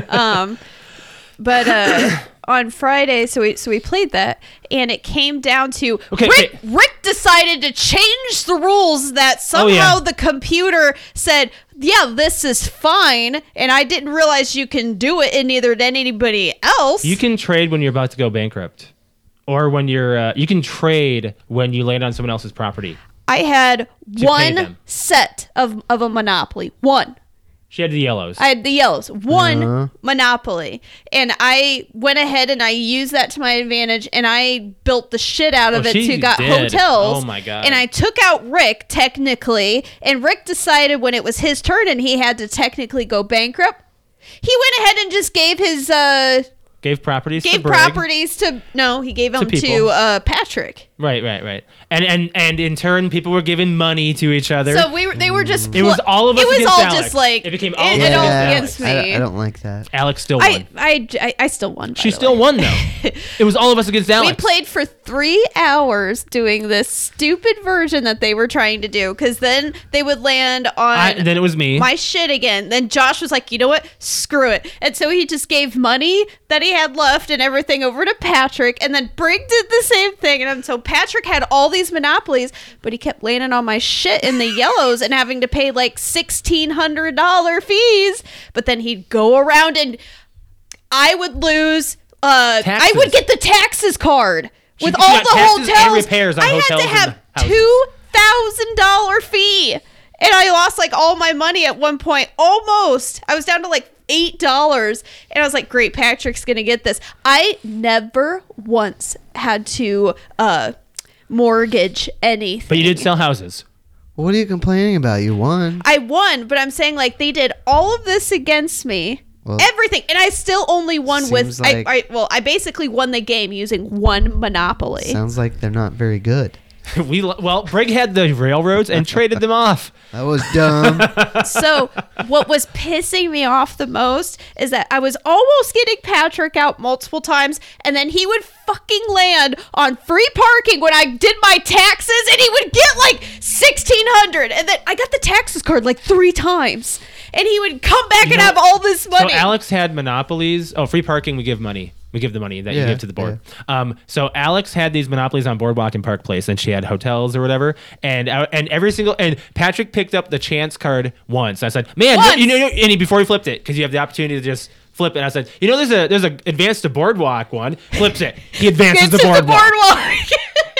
um, but uh, on Friday, so we so we played that, and it came down to Okay, Rick. okay. Rick decided to change the rules that somehow Oh, yeah. the computer said, "Yeah, this is fine," and I didn't realize you can do it, and neither did anybody else. You can trade when you're about to go bankrupt, or when you're. Uh, you can trade when you land on someone else's property. I had pay one them. set of of a Monopoly, one. She had the yellows. I had the yellows. One Uh-huh. Monopoly. And I went ahead and I used that to my advantage and I built the shit out of Oh, it she to got did. hotels. Oh my God. And I took out Rick technically and Rick decided when it was his turn and he had to technically go bankrupt. He went ahead and just gave his uh Gave properties to Gave Brig. properties to no, he gave them to, people. uh, Patrick. Right, right, right. And and and in turn, people were giving money to each other. So we were, they were just. It was all of us It was against all Alex. just like It became all it, of it us all against against I, don't- me. I don't like that. Alex still won. I, I, I, I still won. by she the still way. won though. it was all of us against Alex. We played for three hours doing this stupid version that they were trying to do because then they would land on I, then it was me. my shit again. Then Josh was like, you know what? Screw it. And so he just gave money that he had left and everything over to Patrick. And then Brig did the same thing. And I'm- so Patrick had all these monopolies, but he kept landing on my shit in the yellows and having to pay like $1,600 fees. But then he'd go around and I would lose. Uh, I Taxes. would get the taxes card with she got all the taxes hotels. and repairs on I hotels and had to have houses. two thousand dollar fee, and I lost like all my money at one point. Almost, I was down to like eight dollars, and I was like, "Great, Patrick's gonna get this." I never once had to uh, mortgage anything. but you did sell houses. What are you complaining about? You won. I won, but I'm saying like they did all of this against me. Well, Everything, and I still only won with seems like- I, I. Well, I basically won the game using one monopoly. Sounds like they're not very good. we lo- well, Brig had the railroads and traded them off. That was dumb. so what was pissing me off the most is that I was almost getting Patrick out multiple times, and then he would fucking land on free parking when I did my taxes, and he would get like sixteen hundred, and then I got the taxes card like three times, and he would come back and know- have all this money. So Alex had monopolies. Oh, free parking. We give money. We give the money that you Yeah, give to the board. Um, so Alex had these monopolies on Boardwalk and Park Place, and she had hotels or whatever. And I- and every single and Patrick picked up the chance card once. I said, "Man, Once! you know," you know- and he, before he flipped it because you have the opportunity to just flip it. I said, "You know, there's a there's a advance to Boardwalk one. Flips it. He advances Gets the to boardwalk. the boardwalk.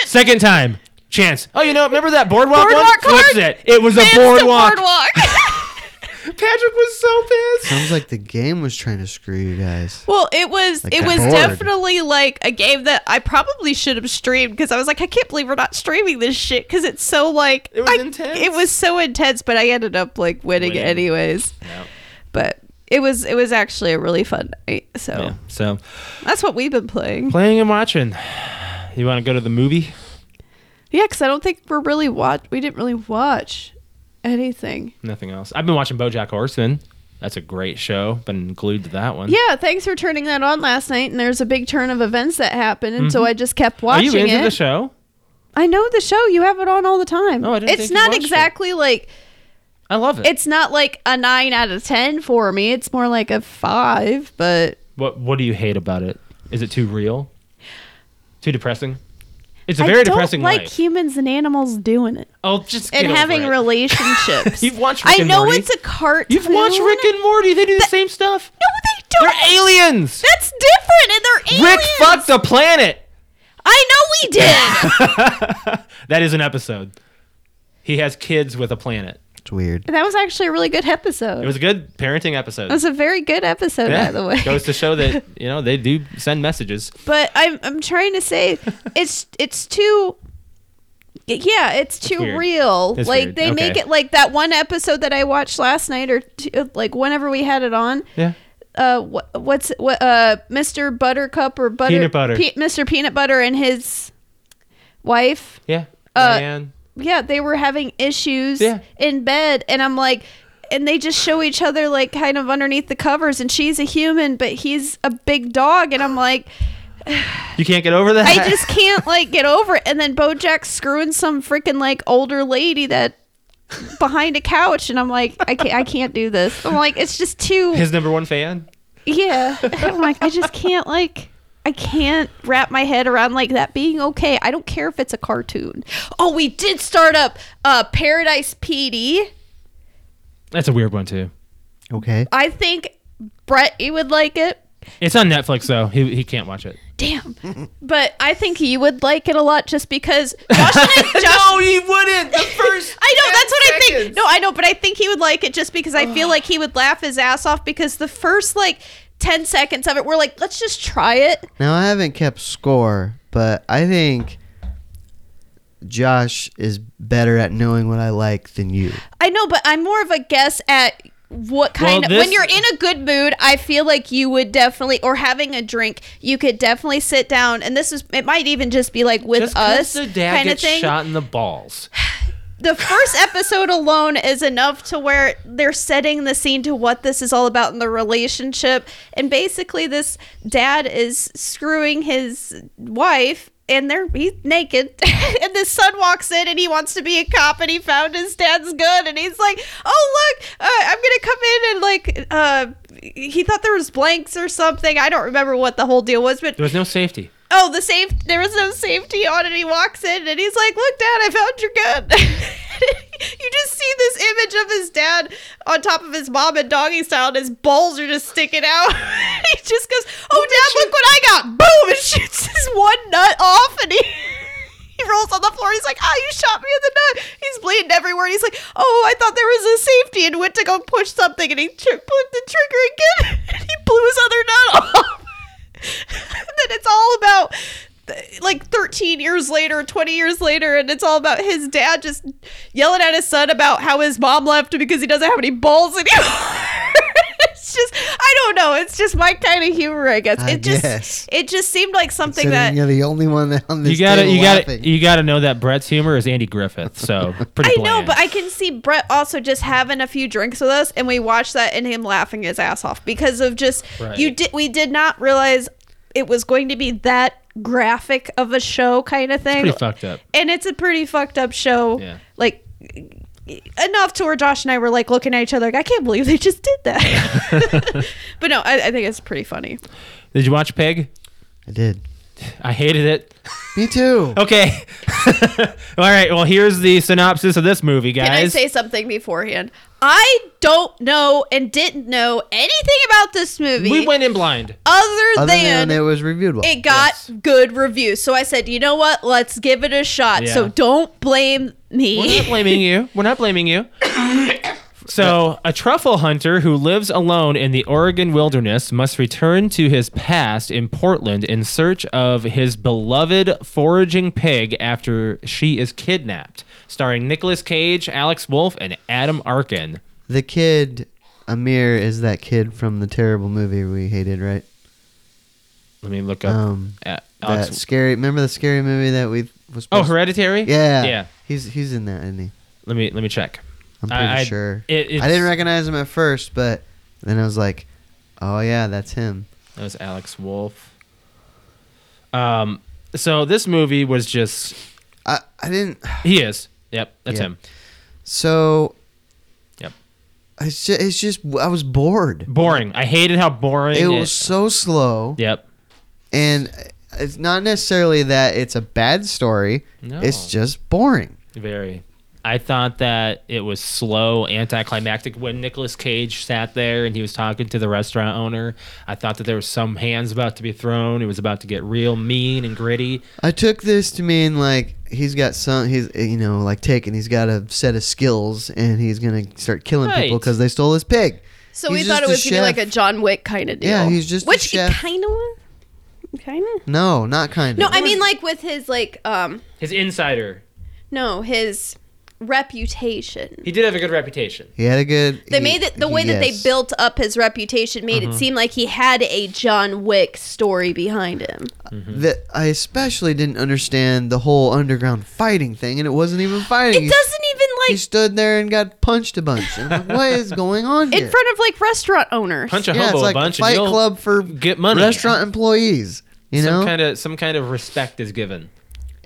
Second time." Chance. Oh, you know, remember that boardwalk, Boardwalk one? Flips card? it. It was Advance a to boardwalk. boardwalk. Patrick was so pissed. Sounds like the game was trying to screw you guys. Well, it was Like it a was board. definitely like a game that I probably should have streamed because I was like, I can't believe we're not streaming this shit because it's so like It was I- intense. It was so intense, but I ended up like winning, Winning. anyways. But it was it was actually a really fun night. So Yeah, so that's what we've been playing. Playing and watching. You want to go to the movie? Yeah, because I don't think we're really watch. We didn't really watch anything. Nothing else. I've been watching BoJack Horseman. That's a great show. Been glued to that one. Yeah, thanks for turning that on last night. And there's a big turn of events that happened, and so I just kept Mm-hmm. Are watching you into it. the show? I know the show. You have it on all the time. Oh, I didn't it's think you not watched it. exactly like I love it. it's not like a nine out of ten for me. It's more like a five, but what What do you hate about it? Is it too real? Too depressing? It's a I very don't depressing like life. humans and animals doing it oh, just get and over having it. relationships. You've watched Rick I and know Morty. it's a cartoon. You've watched Rick and Morty. They do the same stuff. no, they don't. They're aliens. That's different, and they're aliens. Rick fucked the planet. I know we did. That is an episode. He has kids with a planet. It's weird. that was actually a really good episode. It was a good parenting episode. It was a very good episode, by the way. goes to show that you know they do send messages. but I'm I'm trying to say it's it's too yeah, it's too weird. real. It's like weird. they make Okay. it like that one episode that I watched last night or two, like whenever we had it on. Yeah. Uh, what, what's what? Uh, Mr. Buttercup or Butter Peanut Butter. Pe- Mr. Peanut Butter and his wife. Yeah. Uh, Diane. Yeah, they were having issues Yeah. in bed, and I'm like, and they just show each other like kind of underneath the covers, and she's a human, but he's a big dog, and I'm like, You can't get over that. I just can't like get over it. And then Bojack's screwing some freaking like older lady that behind a couch, and I'm like, I can't, I can't do this. I'm like, it's just too, his number one fan. yeah. I'm like, I just can't like. I can't wrap my head around like that being okay. I don't care if it's a cartoon. Oh, we did start up uh Paradise PD. That's a weird one too. Okay. I think Brett you would like it. It's on Netflix though. He, he can't watch it. Damn. But I think you would like it a lot just because Josh and I, Josh, he wouldn't. The first. I know that's what I think. No, I know, but I think he would like it just because I feel like he would laugh his ass off because the first like 10 seconds of it we're like, let's just try it. Now I haven't kept score, but I think Josh is better at knowing what I like than you. I know, but I'm more of a guess at what kind Well, of this- when you're in a good mood i feel like you would definitely or having a drink you could definitely sit down and this is it might even just be like with Just 'cause us the dad kind of gets thing shot in the balls. the first episode alone is enough to where they're setting the scene to what this is all about in the relationship. And basically, this dad is screwing his wife. And they're he's naked, and the son walks in, and he wants to be a cop, and he found his dad's gun, and he's like, "Oh look, uh, I'm gonna come in and like." Uh, he thought there was blanks or something. I don't remember what the whole deal was, but There was no safety. oh, the safe. There was no safety on it. He walks in and he's like, "Look, Dad, I found your gun." you just see this image of his dad on top of his mom and doggy style, and his balls are just sticking out. he just goes, "Oh, Dad, look what I got!" Boom, and shoots his one nut off, and he. He rolls on the floor. He's like, "Ah, you shot me in the nut." He's bleeding everywhere. He's like, "Oh, I thought there was a safety," and went to go push something, and he tri- put the trigger again. and he blew his other nut off. that it's all about th- like 13 years later 20 years later and it's all about his dad just yelling at his son about how his mom left him because he doesn't have any balls anymore it's just i don't know it's just my kind of humor i guess I it just guess. it just seemed like something Considering that you're the only one that on this You gotta, table you gotta, laughing. you gotta know that Brett's humor is Andy Griffith. So pretty. I know, bland. but I can see Brett also just having a few drinks with us, and we watched that and him laughing his ass off because of just Right. you did. We did not realize it was going to be that graphic of a show, kind of thing. pretty fucked up. and it's a pretty fucked up show. Yeah. Like enough to where Josh and I were like looking at each other, like I can't believe they just did that. but no, I, I think it's pretty funny. Did you watch Pig? I did. I hated it. Me too. Okay. All right. Well, here's the synopsis of this movie, guys. Can I say something beforehand? I don't know and didn't know anything about this movie. we went in blind. other, Other than, than it was reviewed well. it got good reviews. So I said, you know what? Let's give it a shot. Yeah. So don't blame We're me. not blaming you. We're not blaming you. So, a truffle hunter who lives alone in the Oregon wilderness must return to his past in Portland in search of his beloved foraging pig after she is kidnapped. Starring Nicolas Cage, Alex Wolff, and Adam Arkin. the kid Amir is that kid from the terrible movie we hated, right? Let me look up. Um, A- that Alex, scary. Remember the scary movie that we was. oh, supposed- Hereditary. Yeah, Yeah. He's he's in that, isn't he? Let me let me check. I'm I- pretty I- sure. it- it's- I didn't recognize him at first, but then I was like, "Oh yeah, that's him." That was Alex Wolf. Um. So this movie was just I I didn't. he is. Yep, that's Yeah. him. So. Yep. It's just, it's just I was bored. Boring. I hated how boring It was so slow, Yep. and it's not necessarily that it's a bad story. No. It's just boring. Very. I thought that it was slow, anticlimactic when Nicolas Cage sat there and he was talking to the restaurant owner. I thought that there was some hands about to be thrown. It was about to get real mean and gritty. I took this to mean like he's got some he's you know like taken he's got a set of skills and he's gonna start killing people 'cause people Right. because they stole his pig. so He's we thought just it a was gonna be like a chef. John Wick kind of deal. Yeah, he's just a which chef. kind of was. Kind of. No, not kind No, of. I mean like with his like um His insider. no his reputation. He did have a good reputation. he had a good. They he- made it the he- way that they yes. built up his reputation made it seem like he had a John Wick story behind him. Mm-hmm. that. I especially didn't understand the whole underground fighting thing, and it wasn't even fighting. It He- doesn't even like he stood there and got punched a bunch. And I'm like, what is going on here? in front of like restaurant owners. Punch a yeah, hobo it's a like bunch a and fight you'll club for get money. restaurant employees. You know, some kind of some kind of respect is given.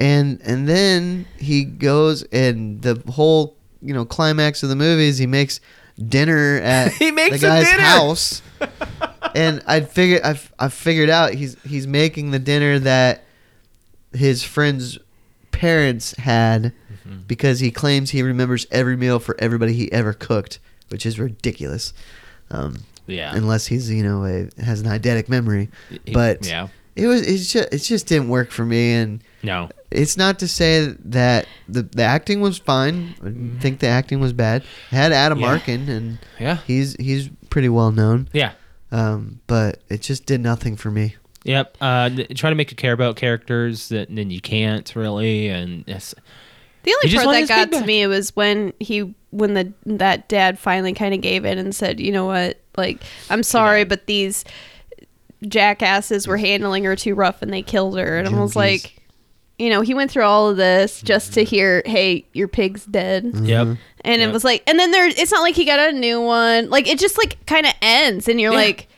and and then he goes and the whole you know climax of the movie is he makes dinner at He makes the a guy's dinner! house and i figured i i figured out he's he's making the dinner that his friend's parents had Mm-hmm. because he claims he remembers every meal for everybody he ever cooked which is ridiculous um, Yeah. unless he's you know a, has an eidetic memory He- but yeah. it was it's just it just didn't work for me and No. it's not to say that the the acting was fine. I didn't think the acting was bad. It had Adam Mm-hmm. Yeah. Arkin, and Yeah. he's he's pretty well known. Yeah. Um, but it just did nothing for me. Yep. Uh, n- try to make you care about characters that then you can't really, and it's, The You only just part want that his got to feedback. me was when he when the that dad finally kind of gave in and said, "You know what? Like, I'm sorry, but these jackasses were handling her too rough and they killed her." And I was Junkies. like, you know, he went through all of this just to hear, "Hey, your pig's dead." Yep. Mm-hmm. And Mm-hmm. Yep. it was like, and then there, it's not like he got a new one. Like it just like kind of ends, and you're Yeah. like,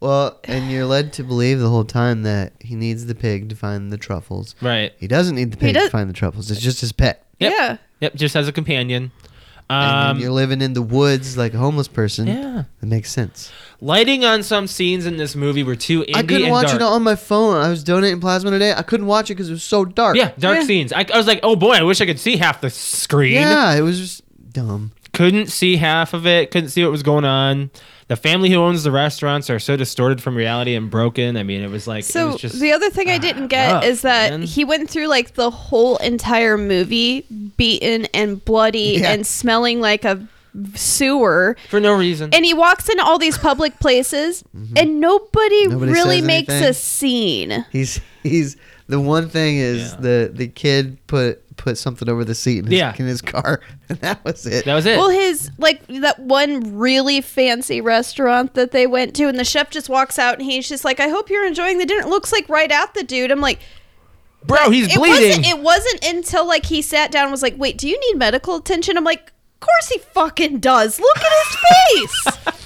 Well, and you're led to believe the whole time that he needs the pig to find the truffles. Right. He doesn't need the pig to does- find the truffles. It's just his pet. Yep. yeah, Yep. Just as a companion. And Um, then you're living in the woods like a homeless person. yeah. That makes sense. Lighting on some scenes in this movie were too indie I couldn't and watch dark. it on my phone. I was donating plasma today. I couldn't watch it because it was so dark. Yeah, dark scenes. I, I was like, oh boy, I wish I could see half the screen. Yeah, it was just dumb. Couldn't see half of it. Couldn't see what was going on. The family who owns the restaurants are so distorted from reality and broken. I mean, it was like it So was just the other thing I didn't get rough, is that man. he went through like the whole entire movie beaten and bloody Yeah. and smelling like a sewer. for no reason. And he walks into all these public places Mm-hmm. and nobody, Nobody really says makes anything. a scene. He's he's the one thing is Yeah. the the kid put put something over the seat in his, Yeah. in his car, and that was it. that was it. Well, his like that one really fancy restaurant that they went to, and the chef just walks out and he's just like, "I hope you're enjoying the dinner." It looks like right at the dude. I'm like, Bro, he's it bleeding. wasn't it wasn't until like he sat down and was like wait do you need medical attention i'm like of course he fucking does look at his face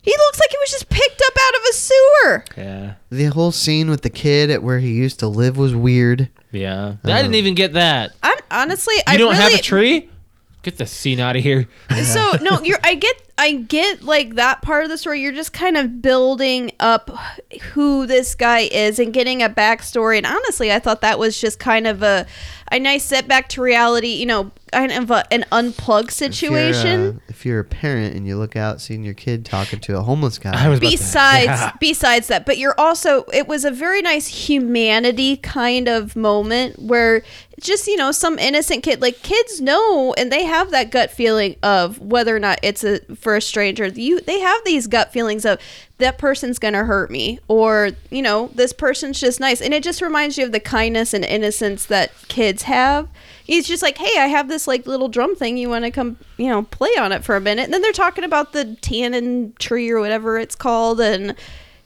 he looks like he was just picked up out of a sewer yeah, the whole scene with the kid at where he used to live was weird. yeah. I didn't even get that. You i'm honestly Uh-huh. i don't really, have a tree? Get the scene out of here. so no you're i get i get like that part of the story you're just kind of building up who this guy is and getting a backstory and honestly i thought that was just kind of a a nice setback to reality you know kind of a, an unplug If situation you're, uh, if you're a parent and you look out seeing your kid talking to a homeless guy, I was about to- besides Yeah. besides that but you're also it was a very nice humanity kind of moment where just you know some innocent kid like kids know and they have that gut feeling of whether or not it's a for a stranger you they have these gut feelings of that person's gonna hurt me or you know this person's just nice and it just reminds you of the kindness and innocence that kids have he's just like, "Hey, I have this like little drum thing. You want to come, you know, play on it for a minute?" And then they're talking about the tannin tree or whatever it's called, and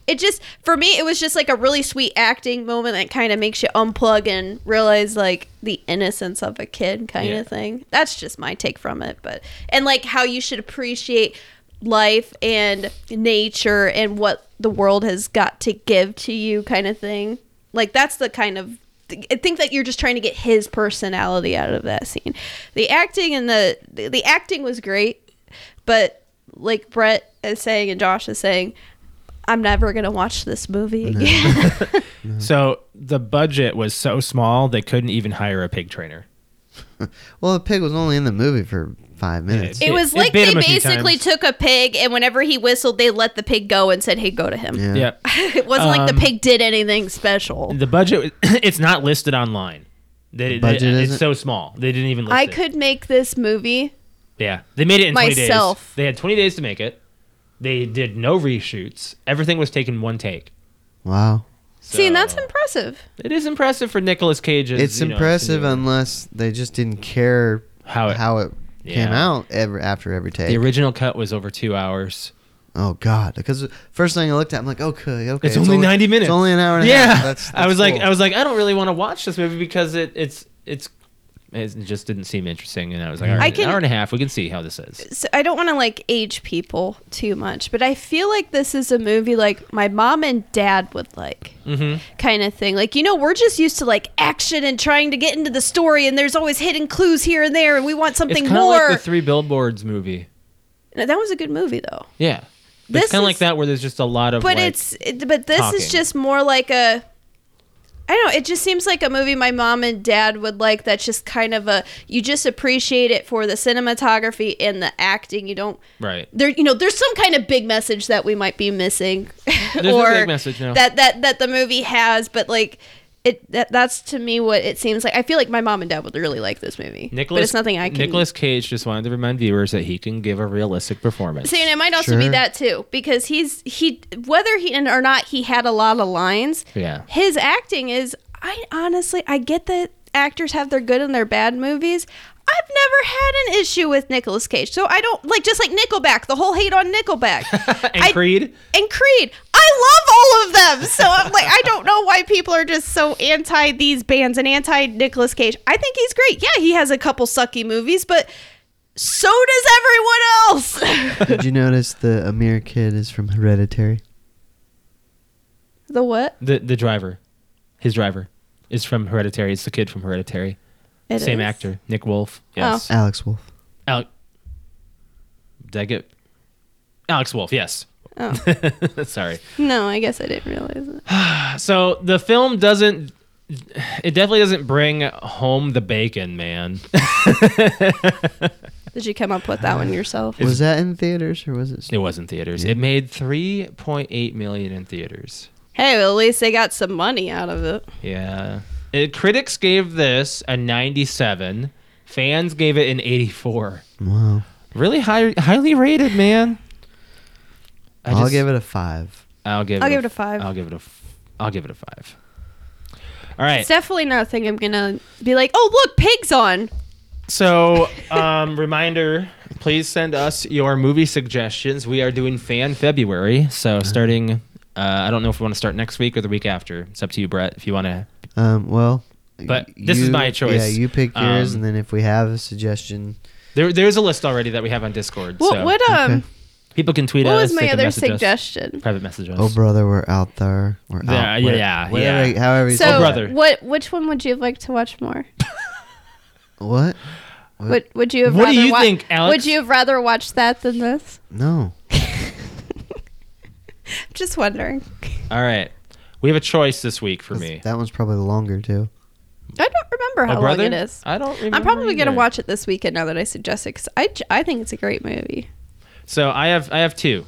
it just for me, it was just like a really sweet acting moment that kind of makes you unplug and realize like the innocence of a kid kind Yeah. of thing. That's just my take from it, but and like how you should appreciate life and nature and what the world has got to give to you kind of thing like that's the kind of I think that you're just trying to get his personality out of that scene. The acting and the the acting was great, but like Brett is saying and Josh is saying, I'm never gonna watch this movie again. Mm-hmm. So the budget was so small they couldn't even hire a pig trainer. well, the pig was only in the movie for five minutes. It- It was it like bit they him a few basically times. took a pig and whenever he whistled, they let the pig go and said, "Hey, go to him." Yeah. It wasn't like Um, the pig did anything special. The budget it's not listed online. They, they- budget it's isn't? so small. They didn't even list I it. could make this movie. Yeah, they made it in twenty days. Myself. They had twenty days to make it. They did no reshoots. Everything was taken in one take. Wow, See, and that's So, impressive. it is impressive for Nicolas Cage's. it's you know, impressive ingenuity. unless they just didn't care how it, how it came Yeah. out ever after every take. the original cut was over two hours. Oh God! Because first thing I looked at, I'm like, okay, okay. It's, only, ninety minutes. It's only an hour and a yeah. half. That's, I that's was like, cool. I was like, I don't really want to watch this movie because it, it's it's it just didn't seem interesting, and I was like, all right, can- an hour and a half, we can see how this is. so I don't want to like age people too much, but I feel like this is a movie like my mom and dad would like Mm-hmm. kind of thing. Like, you know, we're just used to like action and trying to get into the story, and there's always hidden clues here and there, and we want It's something kind of more. like the Three Billboards movie. No, that was a good movie though. Yeah, it's This kind of is- like that where there's just a lot of But like, it's it, but this talking. is just more like a I don't know, it just seems like a movie my mom and dad would like that's just kind of a you just appreciate it for the cinematography and the acting. You don't right. there you know there's some kind of big message that we might be missing no big message, no. that that that the movie has but like it that that's to me what it seems like i feel like my mom and dad would really like this movie Nicholas, but it's nothing i can Nicholas Cage just wanted to remind viewers that he can give a realistic performance. See, and it might also be Sure. that too because he's he whether he and or not he had a lot of lines Yeah. his acting is i honestly i get that actors have their good and their bad movies. I've never had an issue with Nicolas Cage, so I don't like just like Nickelback. The whole hate on Nickelback and I- Creed. and Creed. I love all of them, so I'm like I don't know why people are just so anti these bands and anti Nicolas Cage. I think he's great. Yeah, he has a couple sucky movies, but so does everyone else. Did you notice the Amir kid is from Hereditary? the what? The the driver, his driver, is from Hereditary. It's the kid from Hereditary. It Same is. Oh. actor, Nick Wolf. Yes. Alex Wolf. Alec. Did I get Alex Wolf? Yes. Oh. Sorry. No, I guess I didn't realize it. So the film doesn't. It definitely doesn't bring home the bacon, man. Did you come up with that one yourself? Was that in theaters or was it? It was in theaters. It made 3.8 million in theaters. Hey, well, at least they got some money out of it. Yeah. It, critics gave this a 97. Fans gave it an 84. Wow. Really high, highly rated, man. I I'll just- give it a five. I'll give. I'll it give it a five. I'll give it a. f- I'll give it a five. All right. It's definitely not a thing I'm gonna be like, oh look, pigs on. So, um, reminder, please send us your movie suggestions. We are doing Fan February, so starting. Uh, I don't know if we want to start next week or the week after. It's up to you, Brett. If you want to, Um, well, But this is my choice. Yeah, you pick yours, Um, and then if we have a suggestion, there, there's a list already that we have on Discord. What? so what? Um. Okay. people can tweet What us. was they my can other message us, suggestion? private message us. oh brother, we're out there. We're Yeah, yeah, out. Where- yeah, whatever- yeah. However, you So, say Oh, that. brother. what? Which one would you have liked to watch more? What? Would Would you have? Uh, What do rather you wa- think, Alex? Would you have rather watched that than this? No. Just wondering. All right, we have a choice this week for That's- me. That one's probably longer too. I don't remember Oh, how long brother? it is. I don't. Remember I'm probably either. gonna watch it this weekend now that I suggest it because I, j- I think it's a great movie. So I have I have two.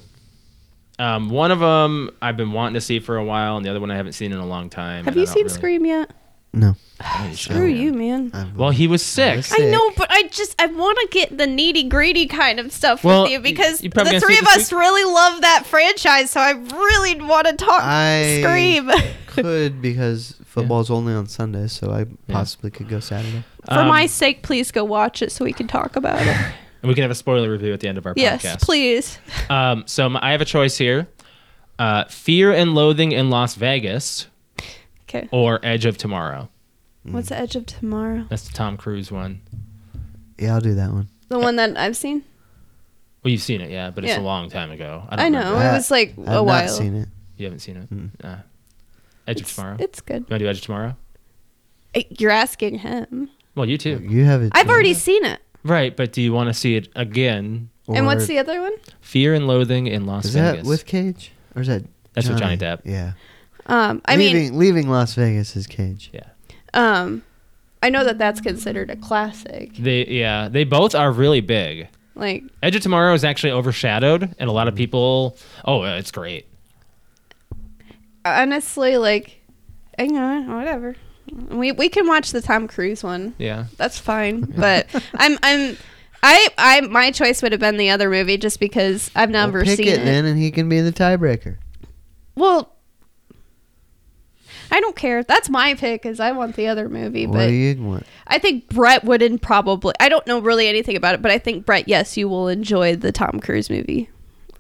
Um, one of them I've been wanting to see for a while, and the other one I haven't seen in a long time. Have and I you don't seen really- Scream yet? No. I need to Screw you, man. I've- Well, he was sick. Sick. I know, but I just I want to get the needy greedy kind of stuff Well, with you because you- you probably the gonna three see it of this us really love that franchise, so I really want to talk I- Scream. could because football's only on Sunday, so I possibly could go Saturday. For um, my sake, please go watch it so we can talk about it. Um, And we can have a spoiler review at the end of our yes, podcast. please. Um, so my, I have a choice here: uh, Fear and Loathing in Las Vegas Okay. or Edge of Tomorrow. What's the Edge of Tomorrow? That's the Tom Cruise one. Yeah, I'll do that one. The one that I've seen. Well, you've seen it, yeah, but it's Yeah. a long time ago. I, don't I know remember. it I- was like I've a not while. seen it. you haven't seen it. Uh, Edge It's, of Tomorrow. You it's good. want to do Edge of Tomorrow? Eh, You're asking him. Well, you too. You have it. I've too. already seen it. Right, but do you want to see it again? and Or- what's the other one? Fear and Loathing in Las Is Vegas. that with Cage or is that? That's with Johnny? Johnny Depp. Yeah. Um, I mean, leaving, leaving Las Vegas is Cage. um, I know that that's considered a classic. They yeah, they both are really big. Like, Edge of Tomorrow is actually overshadowed, and a Mm. lot of people. Oh, uh, it's great. honestly, like, hang on, whatever. We we can watch the Tom Cruise one. Yeah. That's fine. But I'm I'm I I my choice would have been the other movie just because I've Well, never pick seen it, it. then, and he can be the tiebreaker. Well, I don't care. That's my pick is I want the other movie, What but do you want? I think Brett wouldn't probably. I don't know really anything about it, but I think Brett, yes, you will enjoy the Tom Cruise movie.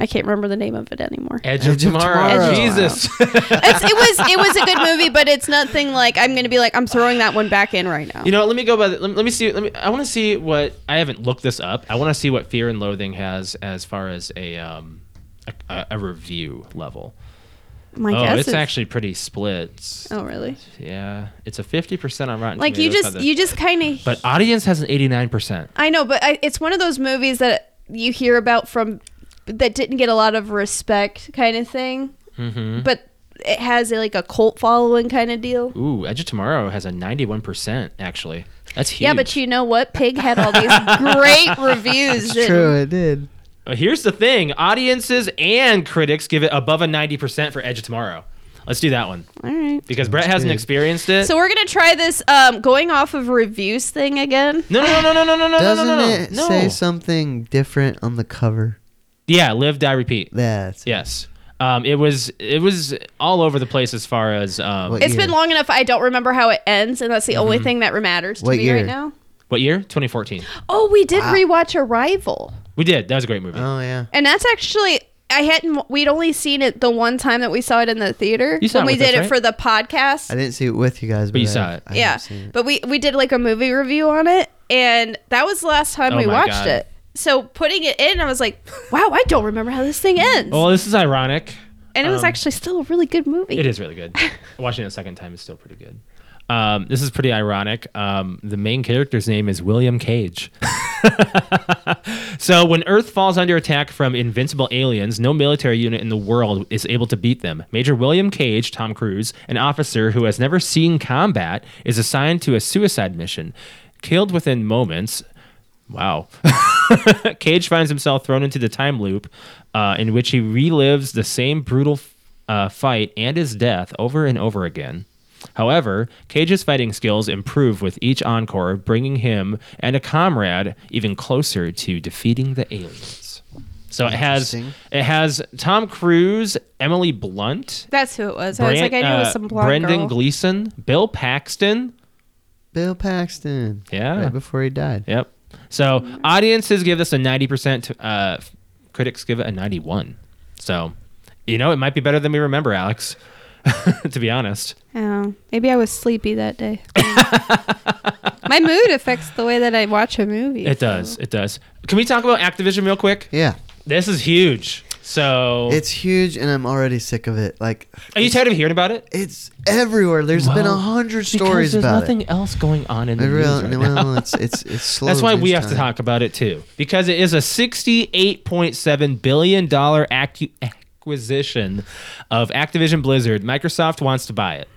I can't remember the name of it anymore. Edge, of, Edge of Tomorrow. Tomorrow. Jesus. It's, it was it was a good movie, but it's nothing like I'm going to be like I'm throwing that one back in right now. you know, let me go by. The, let, me- let me see. Let me. I want to see what I haven't looked this up. I want to see what Fear and Loathing has as far as a um a, a, a review level. My oh, guess it's is actually pretty split. It's- oh really? Yeah, it's a fifty percent on Rotten. Like you Tomatoes, just not the- you just kind of But audience has an eighty-nine percent. I know, but I, it's one of those movies that you hear about from that didn't get a lot of respect, kind of thing. Mhm. But it has a, like a cult following kind of deal. Ooh, Edge of Tomorrow has a ninety-one percent. Actually, that's huge. Yeah, but you know what? Pig had all these great reviews. It's and- true, it did. Uh, Here's the thing: audiences and critics give it above a ninety percent for Edge of Tomorrow. Let's do that one All right. because Brett hasn't good. experienced it. So we're gonna try this um, going off of reviews thing again. no, no, no, no, no, no, no, Oh, no, Doesn't no, no. it no. say something different on the cover? Yeah, live, die, repeat. That's Yes. Um, it was it was all over the place as far as um, What what, It's year? been long enough. I don't remember how it ends, and that's the Mm-hmm. only thing that matters to What me year? right now. year? 2014. Oh, we did rewatch Arrival, We did. That was a great movie. Oh yeah. and that's actually I hadn't. We'd only seen it the one time that we saw it in the theater You saw it when we with us, did it right? for the podcast. I didn't see it with you guys, but, you I- saw it. I have yeah, seen it. but we we did like a movie review on it, and that was the last time Oh we my watched God. it. So putting it in, I was like, wow, I don't remember how this thing ends, Well, this is ironic. and it was Oh, um, actually still a really good movie. It is really good. Watching it a second time is still pretty good. Um, this is pretty ironic. Um, the main character's name is William Cage. so, when Earth falls under attack from invincible aliens, no military unit in the world is able to beat them. Major William Cage, Tom Cruise, an officer who has never seen combat, is assigned to a suicide mission. Killed within moments, Wow. Cage finds himself thrown into the time loop uh, in which he relives the same brutal uh, fight and his death over and over again. However, Cage's fighting skills improve with each encore, bringing him and a comrade even closer to defeating the aliens. So it has Interesting. it has Tom Cruise, Emily Blunt, That's who it was. I was like, I knew it uh, was some blonde Brendan girl. Gleeson, Bill Paxton, Bill Paxton. Yeah. Right before he died. Yep. So audiences give this a 90%. Uh, f- critics give it a 91. So, you know, it might be better than we remember, Alex, to be honest. Oh, maybe I was sleepy that day. My mood affects the way that I watch a movie. It does. It does. Can we talk about Activision real quick? Yeah. This is huge. So, It's huge, and I'm already sick of it. Like, are you tired of hearing about it? it's everywhere. There's been a Well, hundred stories there's about nothing it. else going on in the I news real, right now. well, it's it's it's slow. That's why we news have to time. talk about it too, because it is a $68.7 billion accu- acquisition of Activision Blizzard. Microsoft wants to buy it.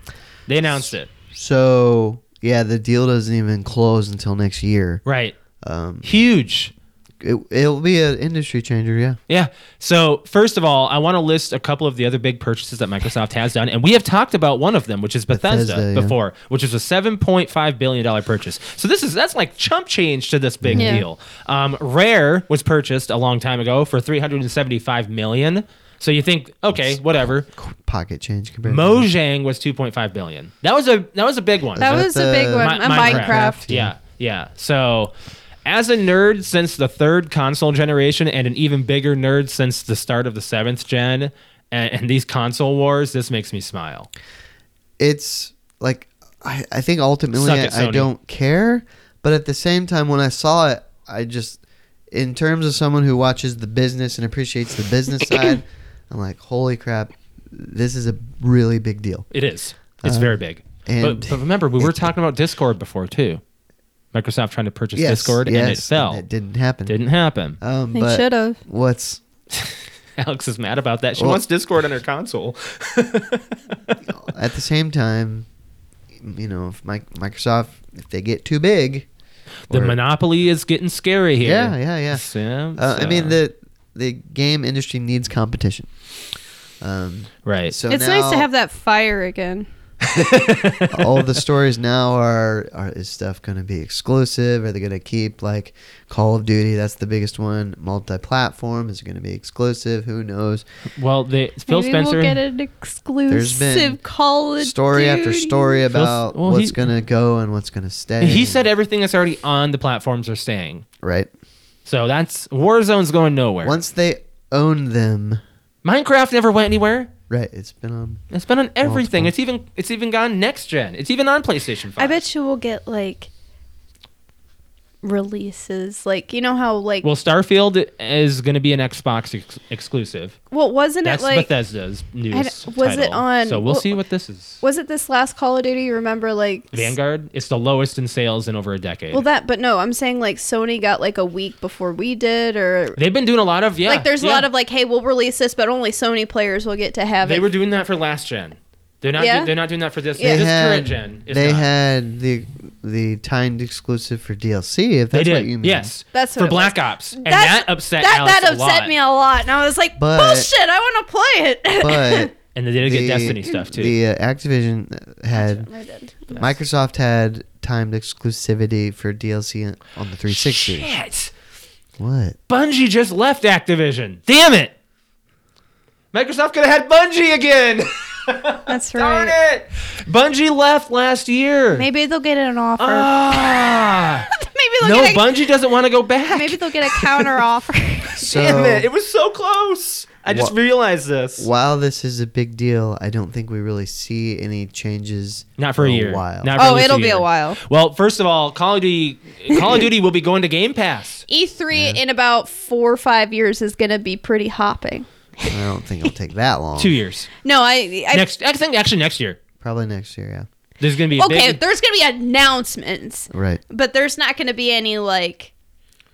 They announced it. So yeah, the deal doesn't even close until next year. Right. Um, Huge. it, it'll be an industry changer. Yeah. Yeah. So, first of all, I want to list a couple of the other big purchases that Microsoft has done. And we have talked about one of them, which is Bethesda, Bethesda, yeah. before, which is a $7.5 billion purchase. So, this is that's like chump change to this big Yeah. deal. Um, Rare was purchased a long time ago for $375 million. So, you think, okay, whatever. Qu- Pocket change compared. to Mojang was $2.5 billion. That was a that was a big one. that Is that was a big the- one. Mi- a Minecraft. Yeah, yeah. So, as a nerd since the third console generation, and an even bigger nerd since the start of the seventh gen, and, and these console wars, this makes me smile. it's like I, I think ultimately Suck it, I, I Sony. don't care, but at the same time, when I saw it, I just, in terms of someone who watches the business and appreciates the business side, I'm like, holy crap, this is a really big deal. It is. It's very big. and- but, but remember, we were talking about Discord before too. Microsoft trying to purchase Yes, Discord and it yes, fell. It didn't happen. Didn't happen. Um, They but should have. what's Alex is mad about that. She Well- wants Discord on her console. at the same time, you know, if Mi- Microsoft if they get too big, the or- monopoly is getting scary here. Yeah, yeah, yeah. Sim- uh, I mean so- the the game industry needs competition. Um, right. so it's nice to now- have that fire again. all the stories now are, are is stuff going to be exclusive? Are they going to keep like Call of Duty? That's the biggest one. Multi-platform is going to be exclusive. Who knows? well, they, Phil Maybe Spencer. we'll get an been exclusive Call of story after Duty. story about well, what's he- going to go and what's going to stay. He said everything that's already on the platforms are staying. right So that's Warzone's going nowhere. once they own them. Minecraft never went anywhere. Right, it's been on. It's been on everything. Multiple. It's even it's even gone next gen. It's even on PlayStation 5. I bet you we'll get like releases. Like you know how like Well, Starfield is going to be an Xbox ex- exclusive. well wasn't it That's like Bethesda's news. I don't- was it title. on- So we'll, well- see what this is. was it this last Call of Duty? You remember like s- Vanguard. It's the lowest in sales in over a decade. Well, that, but no, I'm saying like Sony got like a week before we did, or They've been doing a lot of yeah. like there's a yeah. lot of like, hey, we'll release this, but only Sony players will get to have They it. were doing that for last gen. They're not. do- Yeah? they're not doing that for this. Yeah. This had- current gen. is they not. had the the timed exclusive for DLC. If They that's did. what you mean. Yes. That's for what it was. Black Ops, and that That's- upset that. Alex that a upset lot. me a lot, and I was like, But- bullshit, I want to play it. But And they did get Destiny stuff too. The uh, Activision had I did. Microsoft had timed exclusivity for DLC on the 360. Shit! What? Bungie just left Activision. Damn it! Microsoft could have had Bungie again. That's Darn right. it! Bungie left last year. Maybe they'll get an offer. Ah, maybe they'll no, get a, Bungie doesn't want to go back. maybe they'll get a counter offer. So Damn it! It was so close. I just Wha- realized this. while this is a big deal, I don't think we really see any changes. Not for a in year. While. Not for at oh, least it'll be year. a while. Well, first of all, Call of Duty, Call of Duty will be going to Game Pass. E3 E in about four or five years is going to be pretty hopping. I don't think it'll take that long. Two years. No, I. I Next, I think actually next year. Probably next year. There's gonna be a okay, Big, there's going to be announcements, Yeah. Right. but there's not going to be any like.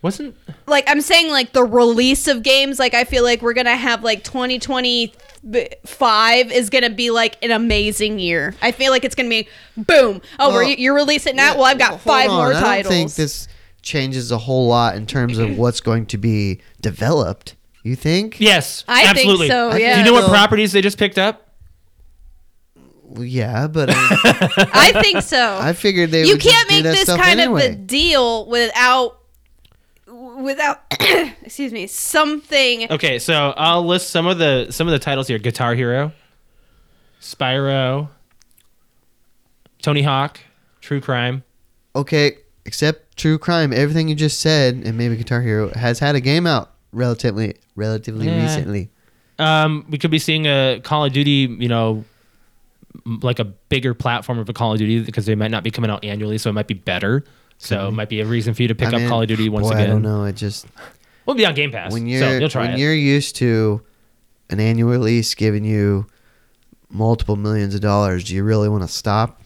wasn't Like I'm saying, like the release of games. Like I feel like we're gonna have like 2025 is gonna be like an amazing year. I feel like it's gonna be boom. Oh, Well, we're, you release it now. Well, I've got Hold five on, more I titles. don't think this changes a whole lot in terms of what's going to be developed. You think? yes. I think absolutely. so, I Do yeah. you know what so. properties they just picked up? Well, yeah, but I, I think so. I figured they you would just can't do make that this stuff kind anyway. of a deal without without excuse me something Okay, so I'll list some of the some of the titles here: Guitar Hero, Spyro, Tony Hawk, True Crime. Okay, except True Crime, everything you just said, and maybe Guitar Hero has had a game out relatively, relatively Yeah. recently. Um, we could be seeing a Call of Duty, you know, m- like a bigger platform of a Call of Duty because they might not be coming out annually, so it might be better. So it might be a reason for you to pick I up mean, Call of Duty once boy, again. I don't know. It just We'll be on Game Pass, when so you're you'll try when it. you're used to an annual release giving you multiple millions of dollars, do you really want to stop?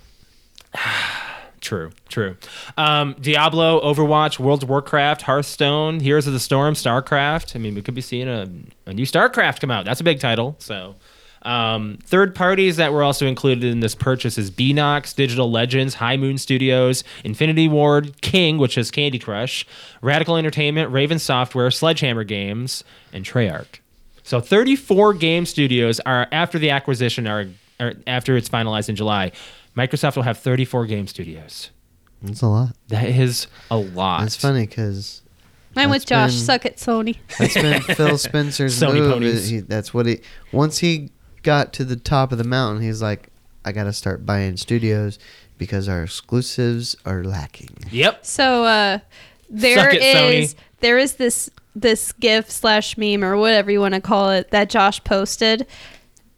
True, true. Um, Diablo, Overwatch, World of Warcraft, Hearthstone, Heroes of the Storm, StarCraft. I mean, we could be seeing a, a new StarCraft come out. That's a big title. So, um, third parties that were also included in this purchase is Beanox, Digital Legends, High Moon Studios, Infinity Ward, King, which is Candy Crush, Radical Entertainment, Raven Software, Sledgehammer Games, and Treyarch. So 34 game studios are after the acquisition are, are after it's finalized in July. Microsoft will have 34 game studios. That's a lot. That is a lot. That's funny because i'm with That's josh been- suck it sony That's been Phil Spencer's Sony move. uh, ponies. He- that's what he. Once he got to the top of the mountain, he's like, "I got to start buying studios because our exclusives are lacking." Yep. So uh, there Suck it, is Sony. there is this this GIF slash meme or whatever you want to call it that Josh posted.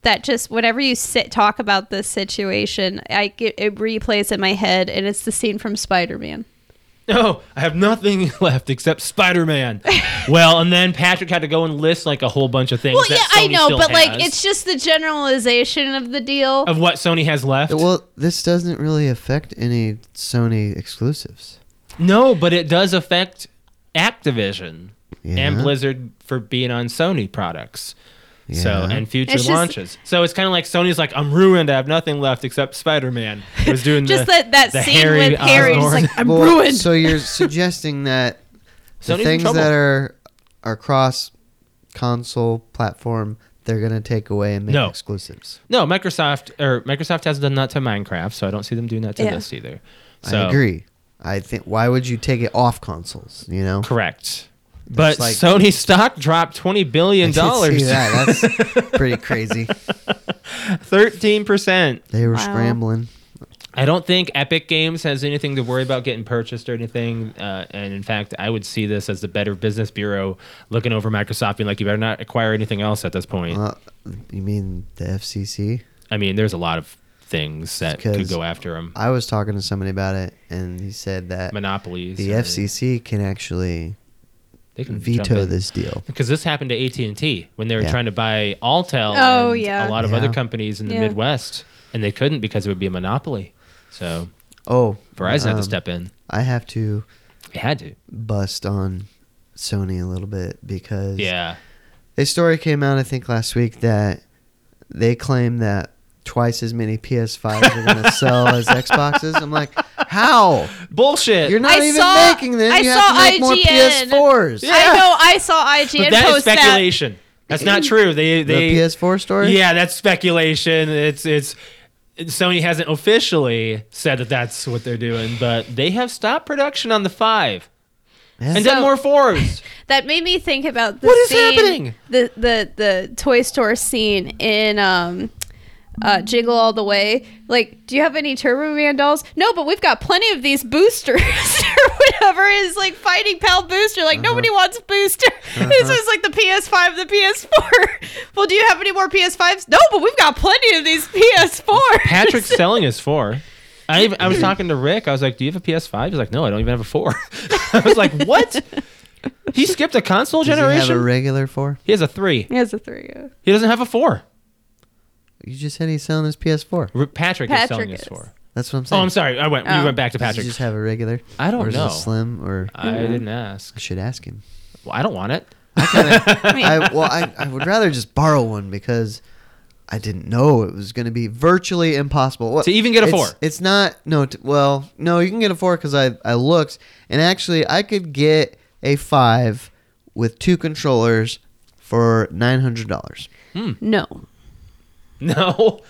That just whenever you sit talk about this situation, I get it replays in my head, and it's the scene from Spider Man. No, I have nothing left except Spider Man. well, and then Patrick had to go and list like a whole bunch of things. Well, yeah, that I Sony know, still but like has it's just the generalization of the deal. of what Sony has left. Well, this doesn't really affect any Sony exclusives. no, but it does affect Activision Yeah. and Blizzard for being on Sony products. So Yeah. and future It's just- launches. So it's kind of like Sony's like I'm ruined. I have nothing left except Spider Man. Was doing just the, that that the scene Harry with Harry, just Osborn. like I'm Well, ruined. So you're suggesting that the Sony's in things trouble. that are are cross console platform, they're gonna take away and make No. exclusives. No, Microsoft or Microsoft hasn't done that to Minecraft, so I don't see them doing that to Yeah. this either. So, I agree. I think why would you take it off consoles? You know. Correct. But like- Sony stock dropped twenty billion I did dollars, see that. That's pretty crazy. thirteen percent. They were Wow. scrambling. I don't think Epic Games has anything to worry about getting purchased or anything. Uh, and in fact, I would see this as the Better Business Bureau looking over Microsoft, being like, "You better not acquire anything else at this point." Uh, you mean the FCC? I mean, there's a lot of things that could 'cause go after them. I was talking to somebody about it, and he said that Monopolies. the or- FCC can actually they can jump veto in. this deal. because this happened to AT and T when they were Yeah. trying to buy Altel Oh, and yeah. a lot of Yeah. other companies in the Yeah. Midwest, and they couldn't because it would be a monopoly. So Oh, Verizon had um, to step in. I have to It had to. bust on Sony a little bit because Yeah. a story came out I think last week that they claim that twice as many PS5s are going to sell as Xboxes. I'm like, how? Bullshit. You're not I even saw- making them. I you saw have to make IGN. more PS4s. I know. I saw but IGN that Mm. is post that. speculation. That's not true. They they the PS4 story. Yeah, that's speculation. It's it's Sony hasn't officially said that that's what they're doing, but they have stopped production on the 5. and So- then more fours. That made me think about the What is scene, happening? The, the the toy store scene in um, uh, Jiggle All the Way. Like, do you have any Turbo Man dolls? No, but we've got plenty of these boosters or whatever. Is like fighting pal booster. Like Uh-huh. nobody wants booster. This is like the PS5, the PS4. well, do you have any more PS5s? No, but we've got plenty of these PS4s. Patrick's selling his four. I even, I was talking to Rick. I was like, "Do you have a PS5?" He's like, "No, I don't even have a four. I was like, "What?" He skipped a console Does generation. he have a regular four? He has a three. He has a three. yeah. He doesn't have a four. You just said he's selling his PS4. R- Patrick, is selling Patrick his is. four. That's what I'm saying. Oh, I'm sorry. I went. You Oh. went back to Does he Patrick. just have a regular? I don't or is it know. Uh, a slim or I didn't ask. I should ask him. Well, I don't want it. I, well, I, I would rather just borrow one because I didn't know it was going to be virtually impossible Well, To even get a it's- four. It's not no. T- well, no, you can get a four because I I looked and actually I could get a five with two controllers for nine hundred dollars. No. No.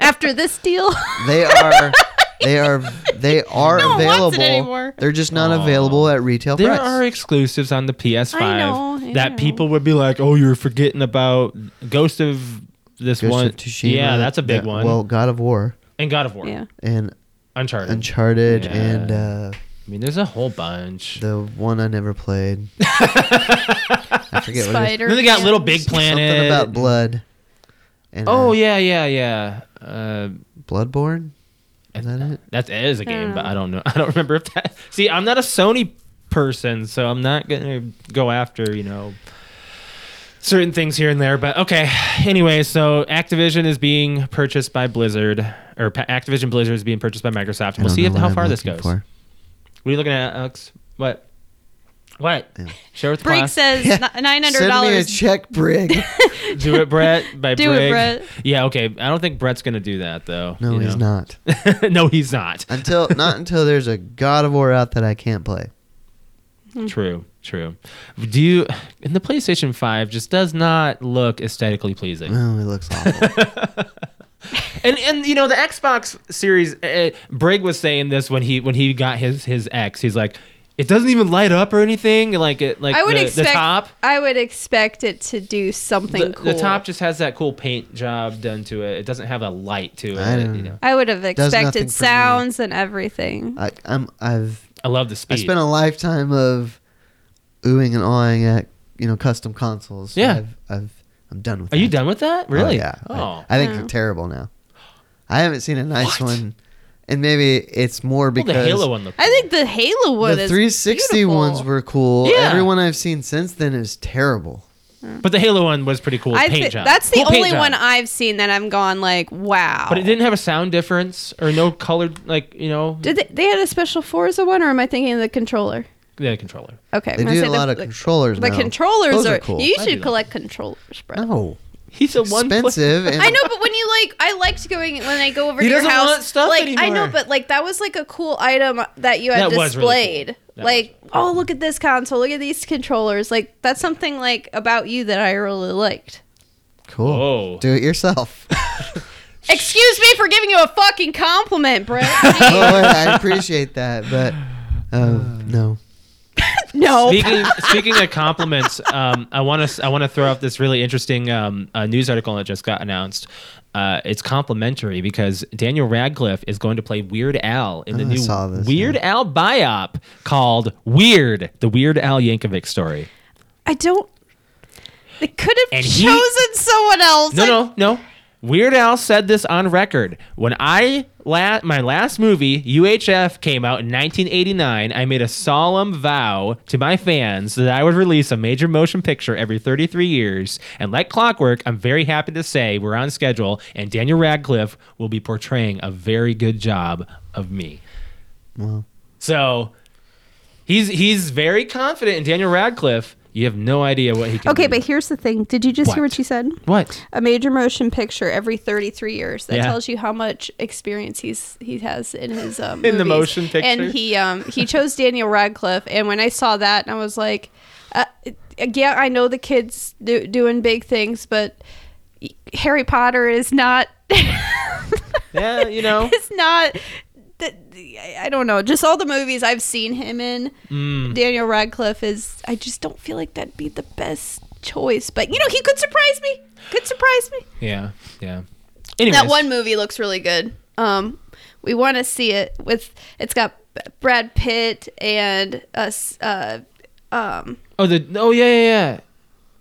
After this deal, They are. They are they are No one wants it available. anymore. They're just not Aw. available at retail There price. are exclusives on the PS5 I know, I that know. people would be like, "Oh, you're forgetting about Ghost of this Ghost one." of Tsushima, yeah, that's a big yeah, one. Well, God of War and God of War, yeah. and Uncharted. Uncharted Yeah. and uh, I mean, there's a whole bunch. the one I never played. I forget what it is. Spider. Then they got Little Man. Big Planet. Something about blood. And, Oh uh, yeah, yeah, yeah. Uh, Bloodborne. Is that it? that is a game, don't but know. I don't know. I don't remember if that. See, I'm not a Sony person, so I'm not gonna go after you know certain things here and there. But okay, anyway, so Activision is being purchased by Blizzard, or Pa- Activision Blizzard is being purchased by Microsoft. I We'll don't see know if, what how I'm far this looking goes. for. What are you looking at, Alex? What? What? Yeah. Share with the Brig class. says nine hundred Send me a dollars. check, Brig. do it, Brett. By Do it, Brig. Brett. Yeah, okay. I don't think Brett's gonna do that though. No, you he's know. not. no, he's not. Until not until there's a God of War out that I can't play. True, true. Do you and the PlayStation 5 just does not look aesthetically pleasing. Oh, it looks awful. And and you know the Xbox series uh, Brig was saying this when he when he got his his X. He's like it doesn't even light up or anything like it like I would the, the expect. top I would expect it to do something the, cool. the top just has that cool paint job done to it. It doesn't have a light to it. I don't you know. know. I would have nothing for expected me. sounds and everything. I, I'm I've I love the I speed. spent a lifetime of oohing and awing at you know custom consoles. So Yeah. I've, I've I'm done with. Are you that. done with that? Oh, Really? yeah. I- Oh. I, think Yeah. they're terrible now. I haven't seen a nice What? one, and maybe it's more Well, because the Halo one looked I think the Halo one the is 360 beautiful. ones were cool. Yeah. Everyone I've seen since then is terrible. But the Halo one was pretty cool. I paint thi- job. that's the Cool paint only job. one I've seen that I'm gone like wow. But it didn't have a sound difference or no colored like you know Did they? They had a special Forza one, or am I thinking of the controller? the controller. Okay, I'm They gonna do say a the- lot of the, controllers The now. controllers Those are. are cool. You I do should like collect controllers, bro. No, He's a one expensive. and I know, but when you like, I liked going when I go over He to your doesn't house. want stuff like I anymore. know, but like that was like a cool item that you had That was really cool. displayed. That Like, oh look at this console, look at these controllers. Like that's something like about you that I really liked. Cool. Whoa. Do it yourself. oh, Excuse me for giving you a fucking compliment, Brett. yeah, I appreciate that, but um, no. no, Speaking speaking of compliments, um, I want to I want to throw out this really interesting um, uh, news article that just got announced. Uh, it's complimentary because Daniel Radcliffe is going to play Weird Al in the Oh, I new saw this, Weird Al biop called Weird: The Weird Al Yankovic Story. I don't. They could have And he- chosen someone else. No, I- no, no. Weird Al said this on record. When I la- my last movie UHF came out in 1989, I made a solemn vow to my fans that I would release a major motion picture every 33 years. And like clockwork, I'm very happy to say we're on schedule, and Daniel Radcliffe will be portraying a very good job of me. Well, So he's he's very confident in Daniel Radcliffe. You have no idea what he can. Okay, do. but here's the thing. Did you just hear What? what she said? what? A major motion picture every 33 years. That Yeah. tells you how much experience he's he has in his um, In the movies. motion And picture? he um he chose Daniel Radcliffe. And when I saw that, and I was like, uh, yeah, I know the kids do, doing big things, but Harry Potter is not Yeah, you know. is not th- I- I don't know. Just all the movies I've seen him in, Mm. Daniel Radcliffe is. I just don't feel like that'd be the best choice. But you know, he could surprise me. Could surprise me. Yeah, yeah. Anyways, That one movie looks really good. Um, we want to see it with. It's got B- Brad Pitt and us. Uh, um, Oh, the oh yeah yeah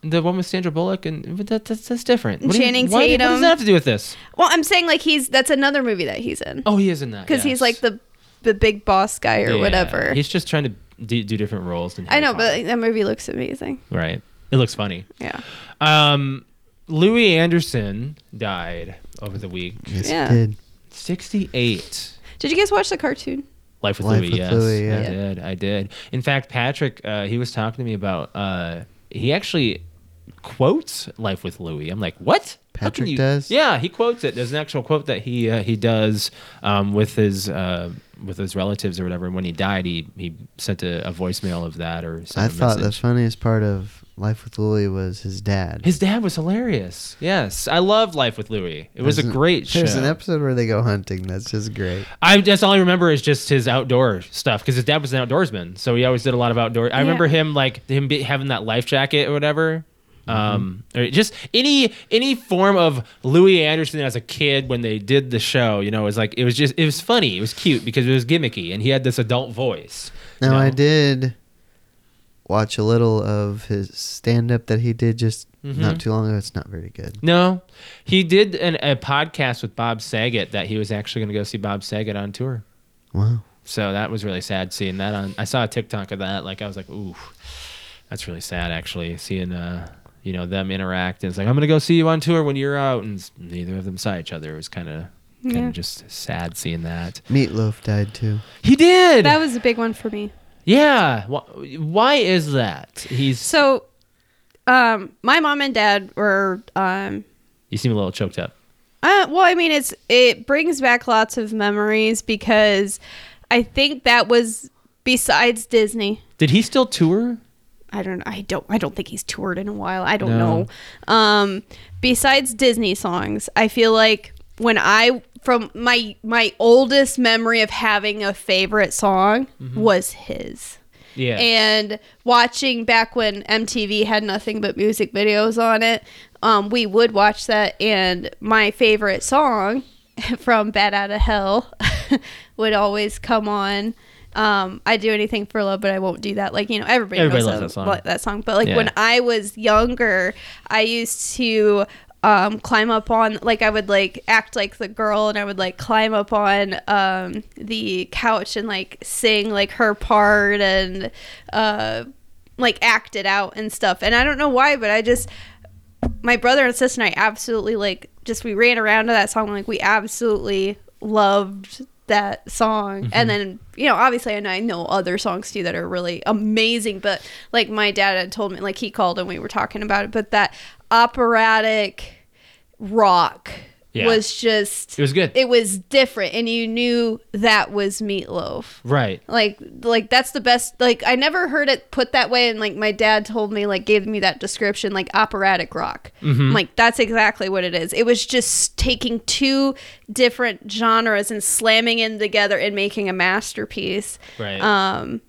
yeah. The one with Sandra Bullock and but that, that's that's different. What do you- Channing why do- What does Tatum. that have to do with this? well, I'm saying like he's. That's another movie that he's in Oh, he is in that because yes. he's like the the big boss guy or Yeah, whatever. He's just trying to do, do different roles. than I Harry know, but Potter. like, that movie looks amazing. right. It looks funny. Yeah. Um, Louis Anderson died over the week, Yes, Yeah. yeah. did. sixty-eight. Did you guys watch the cartoon? Life with Life Louis. with yes, Louis, I yeah. did. I did. In fact, Patrick, uh, he was talking to me about. Uh, he actually quotes Life with Louis. I'm like, what? How can Patrick you-" does? Yeah, he quotes it. There's an actual quote that he uh, he does um, with his uh, with his relatives or whatever. And when he died, he he sent a, a voicemail of that or. Sent I a thought message. the funniest part of Life with Louie was his dad. His dad was hilarious. Yes, I loved Life with Louis. It was a There's an- great show. There's an episode where they go hunting. That's just great. I that's all I remember is just his outdoor stuff because his dad was an outdoorsman, so he always did a lot of outdoor. I Yeah. remember him like him be, having that life jacket or whatever. Um, or just any any form of Louis Anderson as a kid when they did the show, you know, it was like it was just it was funny, it was cute because it was gimmicky, and he had this adult voice. Now No. I did watch a little of his stand up that he did just Mm-hmm. not too long ago. It's not very good. No, he did an, a podcast with Bob Saget that he was actually going to go see Bob Saget on tour. Wow. So that was really sad seeing that on. I saw a TikTok of that. Like I was like, ooh, that's really sad actually. Seeing uh, you know, them interact. And it's like I'm gonna go see you on tour when you're out, and s- neither of them saw each other. It was kind of kind of Yeah. just sad seeing that. Meatloaf died too. Oh. He did. That was a big one for me. yeah. Wh- Why is that? He's. So, um, my mom and dad were, um, you seem a little choked up. uh, well, I mean, it's it brings back lots of memories because I think that was besides Disney. Did he still tour? I don't. I don't. I don't think he's toured in a while. I don't No. know. Um, besides Disney songs, I feel like when I from my my oldest memory of having a favorite song was his. Yeah. And watching back when MTV had nothing but music videos on it, um, we would watch that. And my favorite song from Bad Out of Hell would always come on. Um, I do anything for love, but I won't do that. Like you know, everybody, Everybody knows loves that song. lo- that song. But like Yeah. when I was younger, I used to um, climb up on like I would like act like the girl and I would like climb up on um, the couch and like sing like her part and uh, like act it out and stuff. And I don't know why, but I just my brother and sister and I absolutely like just we ran around to that song like we absolutely loved that song Mm-hmm. and then you know obviously and I know other songs too that are really amazing but like my dad had told me like he called and we were talking about it but that operatic rock Yeah. was just It was good. it was different and you knew that was meatloaf right. like like that's the best like i never heard it put that way and like my dad told me like gave me that description like operatic rock I'm like that's exactly what it is it was just taking two different genres and slamming in together and making a masterpiece Right. um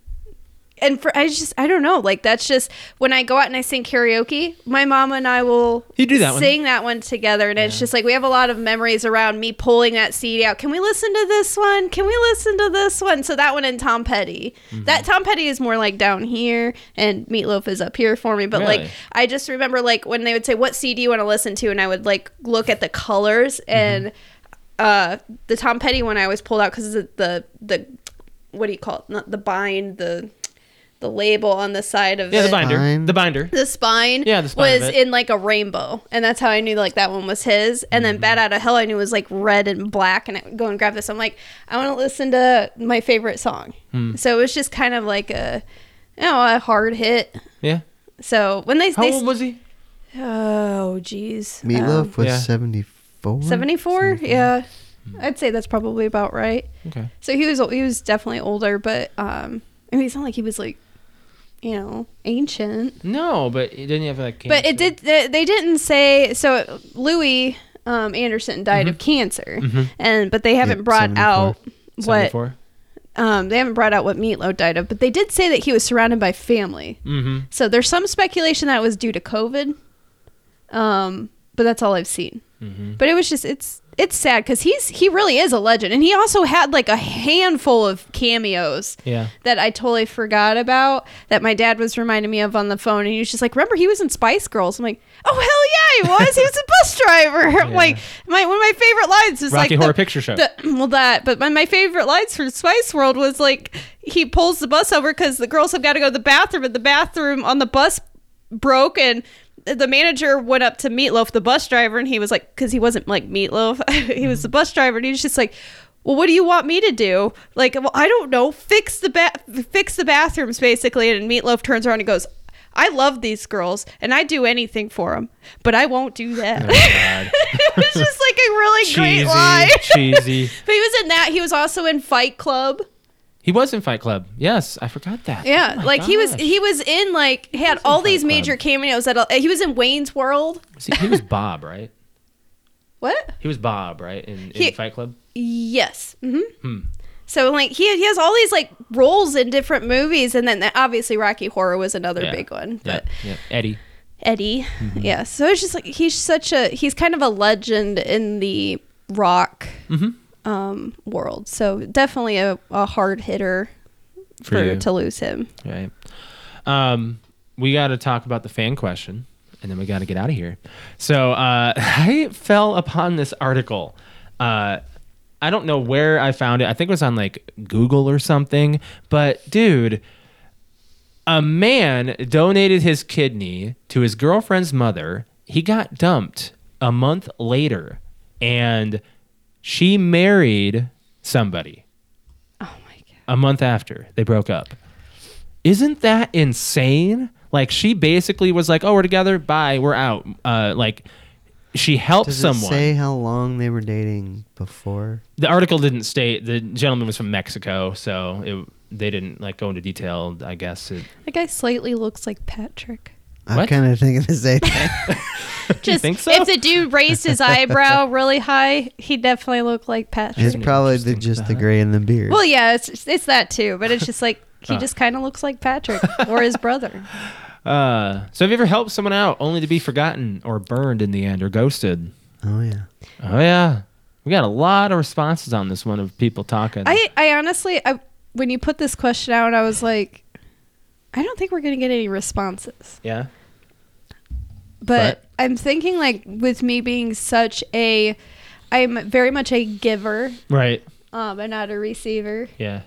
and for i just i don't know like that's just when i go out and i sing karaoke my mom and i will You do that one. sing that one together and it's just like we have a lot of memories around me pulling that cd out can we listen to this one can we listen to this one so that one and tom petty Mm-hmm. that tom petty is more like down here and meatloaf is up here for me but Really? like i just remember like when they would say what cd you want to listen to and i would like look at the colors Mm-hmm. and uh the tom petty one i always pulled out because the, the the what do you call it not the bind the the label on the side of yeah. The it binder. Fine. The binder. the spine, Yeah, the spine of was it. in like a rainbow and that's how i knew like that one was his and Mm-hmm. then bad out of hell i knew was like red and black and i would go and grab this i'm like i want to listen to my favorite song Hmm. so it was just kind of like a you know a hard hit Yeah. so when they, How they old was he? oh jeez Meatloaf was yeah. 74. 74 yeah i'd say that's probably about right Okay. so he was he was definitely older but um i mean it's not like he was like you know ancient No, but he didn't have like. But it cancer. did. They, they didn't say. So Mm-hmm. Louis um, Anderson died of cancer, and but they haven't Yep, brought 74. out what um, they haven't brought out what Meatloaf died of, but they did say that he was surrounded by family. Mm-hmm. So there's some speculation that it was due to COVID, um, but that's all I've seen. But it was just it's it's sad because he's he really is a legend, and he also had like a handful of cameos Yeah. that I totally forgot about that my dad was reminding me of on the phone, and he was just like, "Remember he was in Spice Girls?" I'm like, "Oh hell yeah, he was! he was a bus driver!" I'm Yeah. like my one of my favorite lines is Rocky like Horror the- Picture Show. the- well, that, but my, my favorite lines from Spice World was like he pulls the bus over because the girls have got to go to the bathroom, and the bathroom on the bus broke, and the manager went up to Meatloaf, the bus driver, and he was like, because he wasn't like Meatloaf, he Mm-hmm. was the bus driver, and he was just like. Well, what do you want me to do? Like, well, I don't know. Fix the ba- fix the bathrooms, basically. And Meatloaf turns around and goes, "I love these girls, and I would do anything for them, but I won't do that." Oh, God. it was just like a really great line. cheesy, cheesy. But he was in that. He was also in Fight Club. He was in Fight Club. Yes, I forgot that. Yeah, Oh my like he was. gosh. He was in like he had in all Fight these Club. major cameos. That uh, he was in Wayne's World. See, he was Bob, right? What? He was Bob, right? In, in He- Fight Club. Yes. hmm Hmm. So like he he has all these like roles in different movies, and then uh, obviously Rocky Horror was another Yeah. big one. Yeah, Mm-hmm. But yeah. Eddie. Eddie, yeah. So it's just like he's such a he's kind of a legend in the rock Mm-hmm. um, world. So definitely a, a hard hitter For for you. to lose him. Right. Um, we got to talk about the fan question, and then we got to get out of here. So uh, I fell upon this article. Uh, I don't know where I found it. I think it was on like Google or something. But dude, a man donated his kidney to his girlfriend's mother. He got dumped a month later, and she married somebody Oh my god. a month after they broke up. Isn't that insane? Like she basically was like, "Oh, we're together. Bye. We're out." Uh, like she helped Does someone. it say how long they were dating before? the article didn't state the gentleman was from Mexico, so it, they didn't like go into detail. I guess it, That guy slightly looks like Patrick. I'm What? kind of thinking the same thing. Just think so? if the dude raised his eyebrow really high, he definitely looked like Patrick. it's probably the, just the gray and the beard. well, yeah, it's it's that too, but it's just like he Ah. just kind of looks like Patrick or his brother. Uh, so have you ever helped someone out only to be forgotten or burned in the end or ghosted? oh yeah. Oh yeah, we got a lot of responses on this one of people talking. I I honestly, I, when you put this question out, I was like, I don't think we're gonna get any responses. yeah. but I'm thinking like with me being such a, I'm very much a giver, Right. um, and not a receiver. Yeah.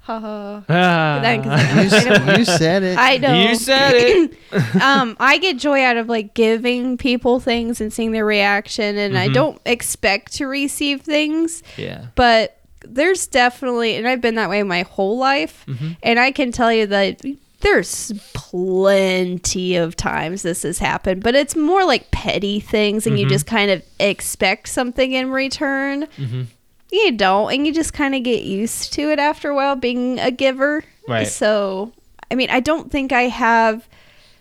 Haha. Ah. Thanks. I You, s- you don't- said it. I know. You said it. um, I get joy out of like giving people things and seeing their reaction, and I Mhm. don't expect to receive things, yeah. but there's definitely, and I've been that way my whole life, Mm-hmm. and I can tell you that there's plenty of times this has happened, but it's more like petty things, and you Mm-hmm. just kind of expect something in return. Mm-hmm. You don't, and you just kind of get used to it after a while being a giver. Right. So, I mean, I don't think I have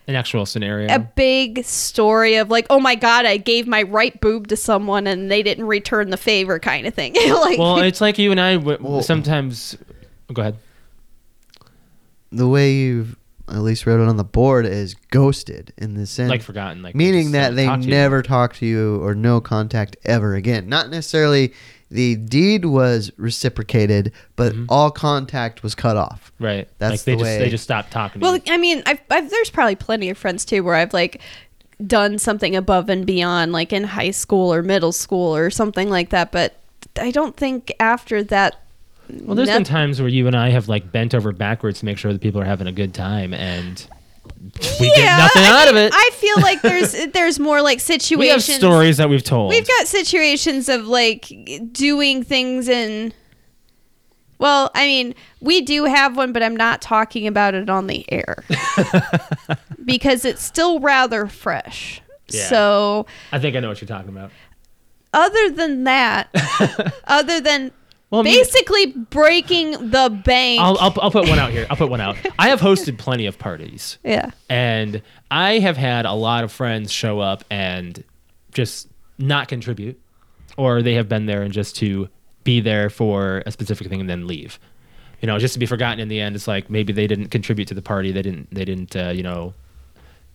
An actual scenario. a big story of like, oh my god, I gave my right boob to someone and they didn't return the favor, kind of thing. like, well, it's like you and I w- Well- sometimes. Go ahead. the way you've at least wrote it on the board is ghosted in the sense, Like forgotten. Like they meaning just that don't they talk to you. never talk to you or no contact ever again. Not necessarily the deed was reciprocated, but Mm-hmm. all contact was cut off. Right. That's like they the just way- they just stop talking. well, to you. I mean, I've, I've there's probably plenty of friends too where I've like done something above and beyond, like in high school or middle school or something like that. But I don't think after that. Well, there's been noth- times where you and I have like bent over backwards to make sure that people are having a good time, and we get nothing I out of mean, it. I feel like there's there's more like situations. Uh, we have stories that we've told. We've got situations of like doing things in. Well, I mean, we do have one, but I'm not talking about it on the air because it's still rather fresh. Yeah. So, I think I know what you're talking about. other than that, other than Well, I mean- basically breaking the bank, I'll, I'll I'll put one out here. I'll put one out. I have hosted plenty of parties. yeah, And I have had a lot of friends show up and just not contribute, or they have been there and just to be there for a specific thing and then leave. You know, just to be forgotten in the end. It's like maybe they didn't contribute to the party. They didn't. They didn't. Uh, you know,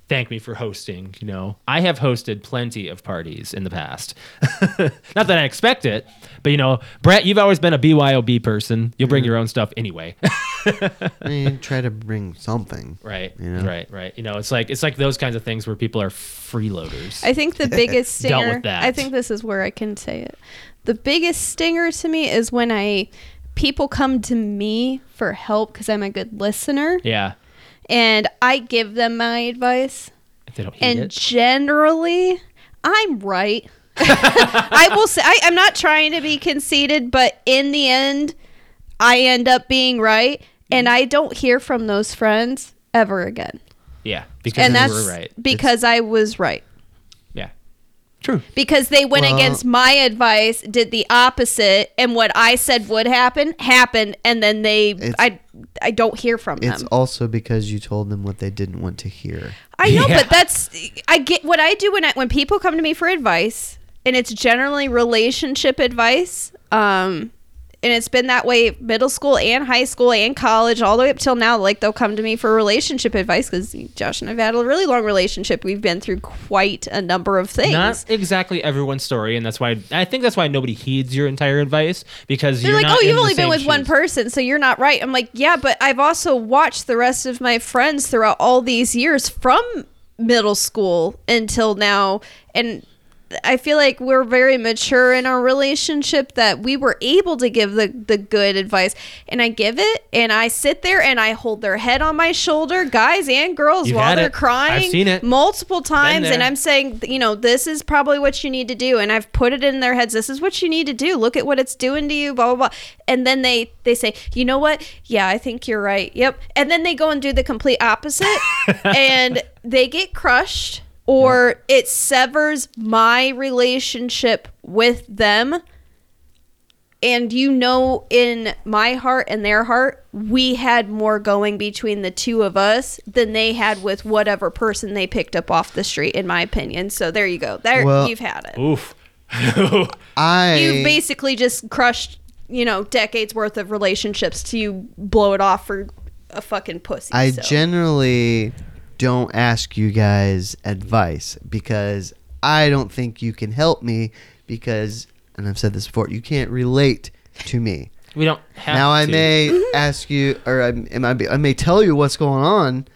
thank me for hosting. You know, I have hosted plenty of parties in the past. Not that I expect it, but you know, Brett, you've always been a BYOB person. You'll bring your own stuff anyway. I mean, try to bring something. right. You know? Right. Right. You know, it's like it's like those kinds of things where people are freeloaders. I think the biggest Dealt with stinger. that. I think this is where I can say it. The biggest stinger to me is when I people come to me for help because I'm a good listener yeah. and I give them my advice. If they don't eat and it. generally, I'm right. I will say I, I'm not trying to be conceited, but in the end, I end up being right, Mm. and I don't hear from those friends ever again. yeah. Because And that's we're right. because I was right. Yeah. True. because they went Well- against my advice, did the opposite, and what I said would happen happened, and then they It's- I I don't hear from It's them. also because you told them what they didn't want to hear. I know, Yeah. but that's I get what I do when I when people come to me for advice, and it's generally relationship advice. Um and it's been that way middle school and high school and college all the way up till now like they'll come to me for relationship advice because josh and i've had a really long relationship we've been through quite a number of things Not exactly everyone's story, and that's why I think that's why nobody heeds your entire advice because They're you're like, not oh, in you've the only been same with one shoes." person, so you're not right. I'm like, yeah, but I've also watched the rest of my friends throughout all these years from middle school until now. And I feel like we're very mature in our relationship that we were able to give the, the good advice. And I give it, and I sit there and I hold their head on my shoulder, guys and girls, You've while had they're it. I've crying seen it. multiple times. there. And I'm saying, you know, this is probably what you need to do. And I've put it in their heads. This is what you need to do. Look at what it's doing to you, blah, blah, blah. And then they, they say, you know what? Yeah, I think you're right. Yep. And then they go and do the complete opposite and they get crushed or it severs my relationship with them. And you know, in my heart and their heart, we had more going between the two of us than they had with whatever person they picked up off the street, in my opinion. So there you go. There, Well- you've had it. Oof. I You basically just crushed, you know, decades worth of relationships to you blow it off for a fucking pussy. I so. generally don't ask you guys advice because I don't think you can help me because, and I've said this before, you can't relate to me. We don't have now I to. may Mm-hmm. ask you, or I, am I, be- I may tell you what's going on,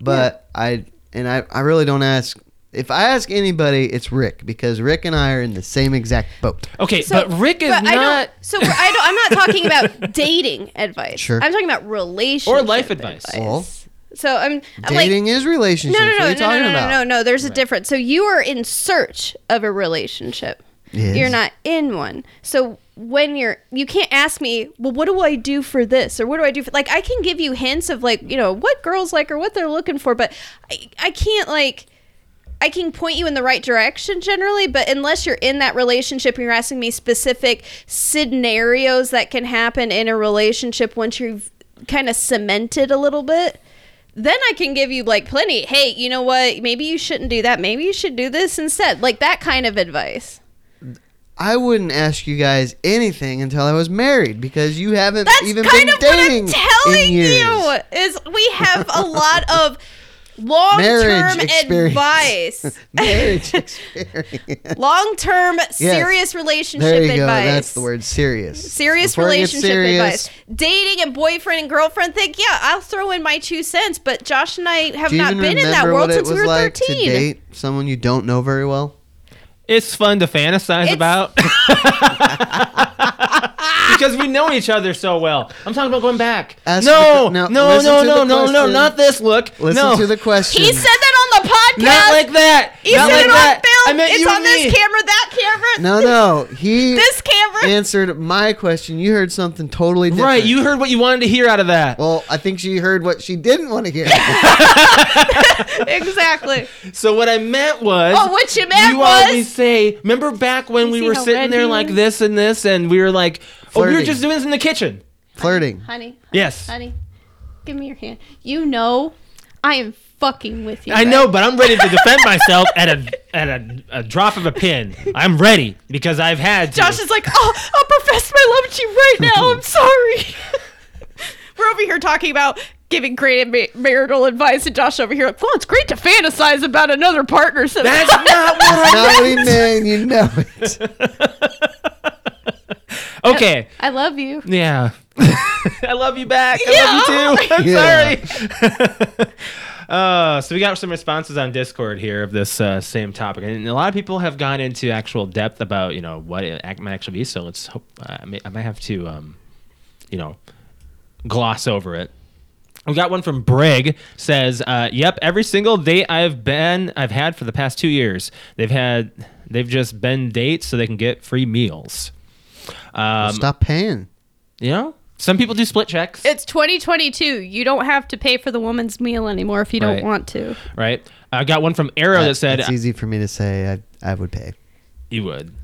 but I and I, I really don't ask. If I ask anybody, it's Rick because Rick and I are in the same exact boat. Okay, So- but Rick is but I not don't, so I don't, I'm not talking about dating advice. Sure. I'm talking about relationship or life advice. Well, So I'm, I'm like, Dating is relationships. no, no, what no, are no, you no, talking no, no, about? no, no. There's a difference. So you are in search of a relationship. Yes. You're not in one. So when you're, you can't ask me, well, what do I do for this or what do I do for? Like, I can give you hints of like, you know, what girls like or what they're looking for, but I, I can't like. I can point you in the right direction generally, but unless you're in that relationship and you're asking me specific scenarios that can happen in a relationship once you've kind of cemented a little bit, then I can give you like plenty. Hey, you know what? Maybe you shouldn't do that. Maybe you should do this instead. Like that kind of advice. I wouldn't ask you guys anything until I was married because you haven't That's even kind been of what dating I'm telling in years. you. Is we have a lot of long-term Marriage experience. advice, Marriage experience. long-term serious relationship there you go. advice. That's the word. Serious. serious Before it gets relationship serious, advice. Dating and boyfriend and girlfriend thing, yeah, I'll throw in my two cents, but Josh and I have Do you not even been in that remember world what since it was we were like to 13. date someone you don't know very well? It's fun to fantasize It's- about because we know each other so well. I'm talking about going back. Ask no, the- now, no, listen no, to no, the no, no, question. not this look. Listen no, to the question. He said that on the podcast. not like that. he not said like it that. on film. I meant it's you on and this me. camera, that camera, no, no. He this camera. answered my question. You heard something totally different. Right, you heard what you wanted to hear out of that. Well, I think she heard what she didn't want to hear. exactly. So what I meant was, Oh, what you meant you was- always say. Remember back when we see were how sitting red there he like is? this and this, and we were like, oh, we were Flirting. just doing this in the kitchen. Flirting. Honey, Yes. honey, give me your hand. You know, I am fucking with you. I right? know, but I'm ready to defend myself at a at a, a drop of a pin. I'm ready because I've had to. Josh is like, oh, I'll profess my love to you right now. I'm sorry. We're over here talking about giving great ma- marital advice, and Josh over here, like, well, it's great to fantasize about another partner. So That's not what I. Not what he meant, you know it. Okay. I love you. Yeah. I love you back. I love you too. I'm Yeah. sorry. uh, so we got some responses on Discord here of this uh, same topic, and a lot of people have gone into actual depth about you know what it ac- might actually be. So let's hope uh, I, may, I might have to um, you know gloss over it. We got one from Brig says, uh, "Yep, every single date I've been, I've had for the past two years, they've had, they've just been dates so they can get free meals. Um, Stop paying. you know, some people do split checks. It's 2022. You don't have to pay for the woman's meal anymore if you don't Right. want to. right? I got one from Arrow that, said uh, it's easy for me to say. I, I would pay. you would.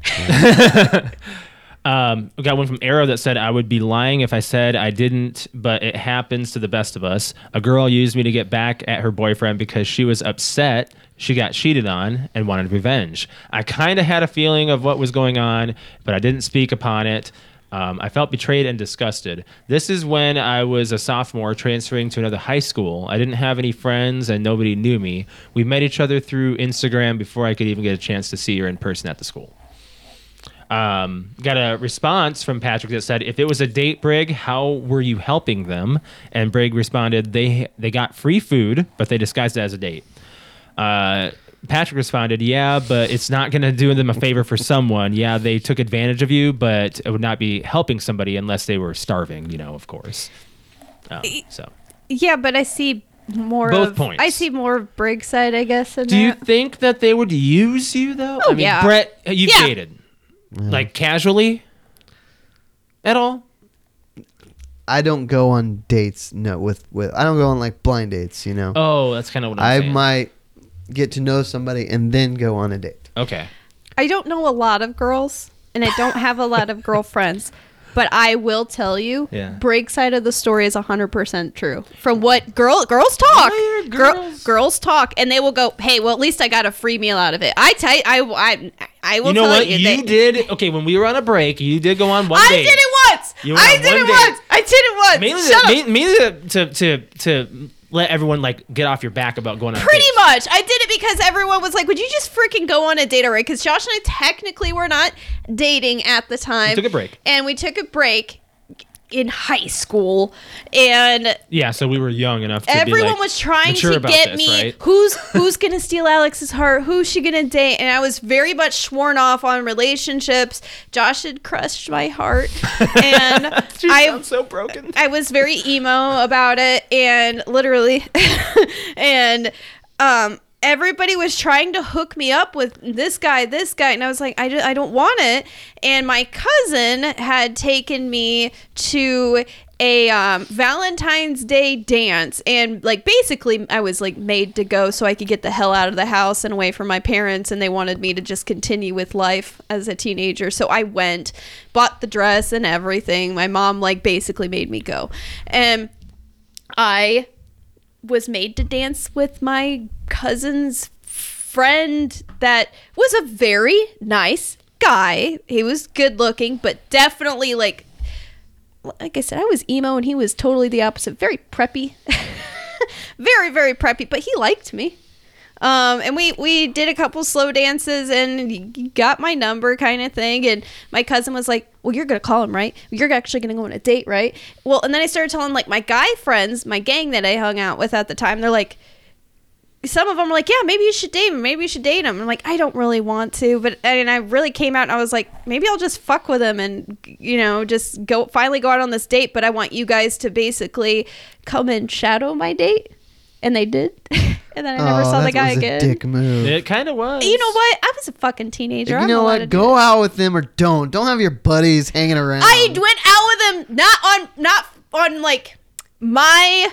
um, I got one from Arrow that said I would be lying if I said I didn't, but it happens to the best of us. A girl used me to get back at her boyfriend because she was upset she got cheated on and wanted revenge. I kind of had a feeling of what was going on, but I didn't speak upon it. Um, I felt betrayed and disgusted. This is when I was a sophomore transferring to another high school. I didn't have any friends and nobody knew me. We met each other through Instagram before I could even get a chance to see her in person at the school. Um, got a response from Patrick that said, "If it was a date, Brig, how were you helping them?" And Brig responded, "They they got free food, but they disguised it as a date." Uh, Patrick responded, "Yeah, but it's not going to do them a favor for someone. Yeah, they took advantage of you, but it would not be helping somebody unless they were starving. You know, of course." Um, so, Yeah, but I see more Both of points. I see more of Briggs' side, I guess. In do you that. think that they would use you though? I Oh, mean, yeah. Brett, you've Yeah. dated like casually at all. I don't go on dates. No, with with I don't go on like blind dates. You know, Oh, that's kind of what I'm I saying. might get to know somebody and then go on a date. Okay. I don't know a lot of girls, and I don't have a lot of girlfriends. But I will tell you, Yeah. Briggs' side of the story is 100% true. From what girl girls talk, Why are Girl- girls- girls talk, and they will go, "Hey, well, at least I got a free meal out of it." I tell I I, I will You know tell what? you, You that- did okay when we were on a break. You did go on one I date. did it once. You went I on did one it date. once. I did it once. mainly, Shut to, up. main- mainly to, to to to let everyone like get off your back about going on. Pretty dates. much. I did it because everyone was like, would you just freaking go on a date already? Because Josh and I technically were not dating at the time. We took a break. And we took a break in high school. And Yeah, so we were young enough. to be, everyone like, was trying mature to about get this, me right? who's who's gonna steal Alex's heart, who's she gonna date, and I was very much sworn off on relationships. Josh had crushed my heart, and She I sounds so broken. I was very emo about it and literally and um everybody was trying to hook me up with this guy this guy and I was like I, ju- I don't want it and my cousin had taken me to a um, Valentine's Day dance and like basically I was like made to go so I could get the hell out of the house and away from my parents and they wanted me to just continue with life as a teenager so I went bought the dress and everything my mom like basically made me go and I was made to dance with my cousin's friend that was a very nice guy. He was good looking, but definitely like like I said, I was emo and he was totally the opposite. Very preppy. very, very preppy, but he liked me. Um, and we, we did a couple slow dances and he got my number kind of thing. And my cousin was like, well, you're going to call him, right? You're actually going to go on a date, right? Well, and then I started telling like my guy friends, my gang that I hung out with at the time, they're like, some of them were like, yeah, maybe you should date him. Maybe you should date him. I'm like, I don't really want to, but and I really came out and I was like, maybe I'll just fuck with him and you know just go finally go out on this date. But I want you guys to basically come and shadow my date, and they did, and then I never saw the that guy was again. A dick move. It kind of was. You know what? I was a fucking teenager. you I'm know allowed to what? do Go that. out with them or don't. Don't have your buddies hanging around. I went out with him not on not on like my.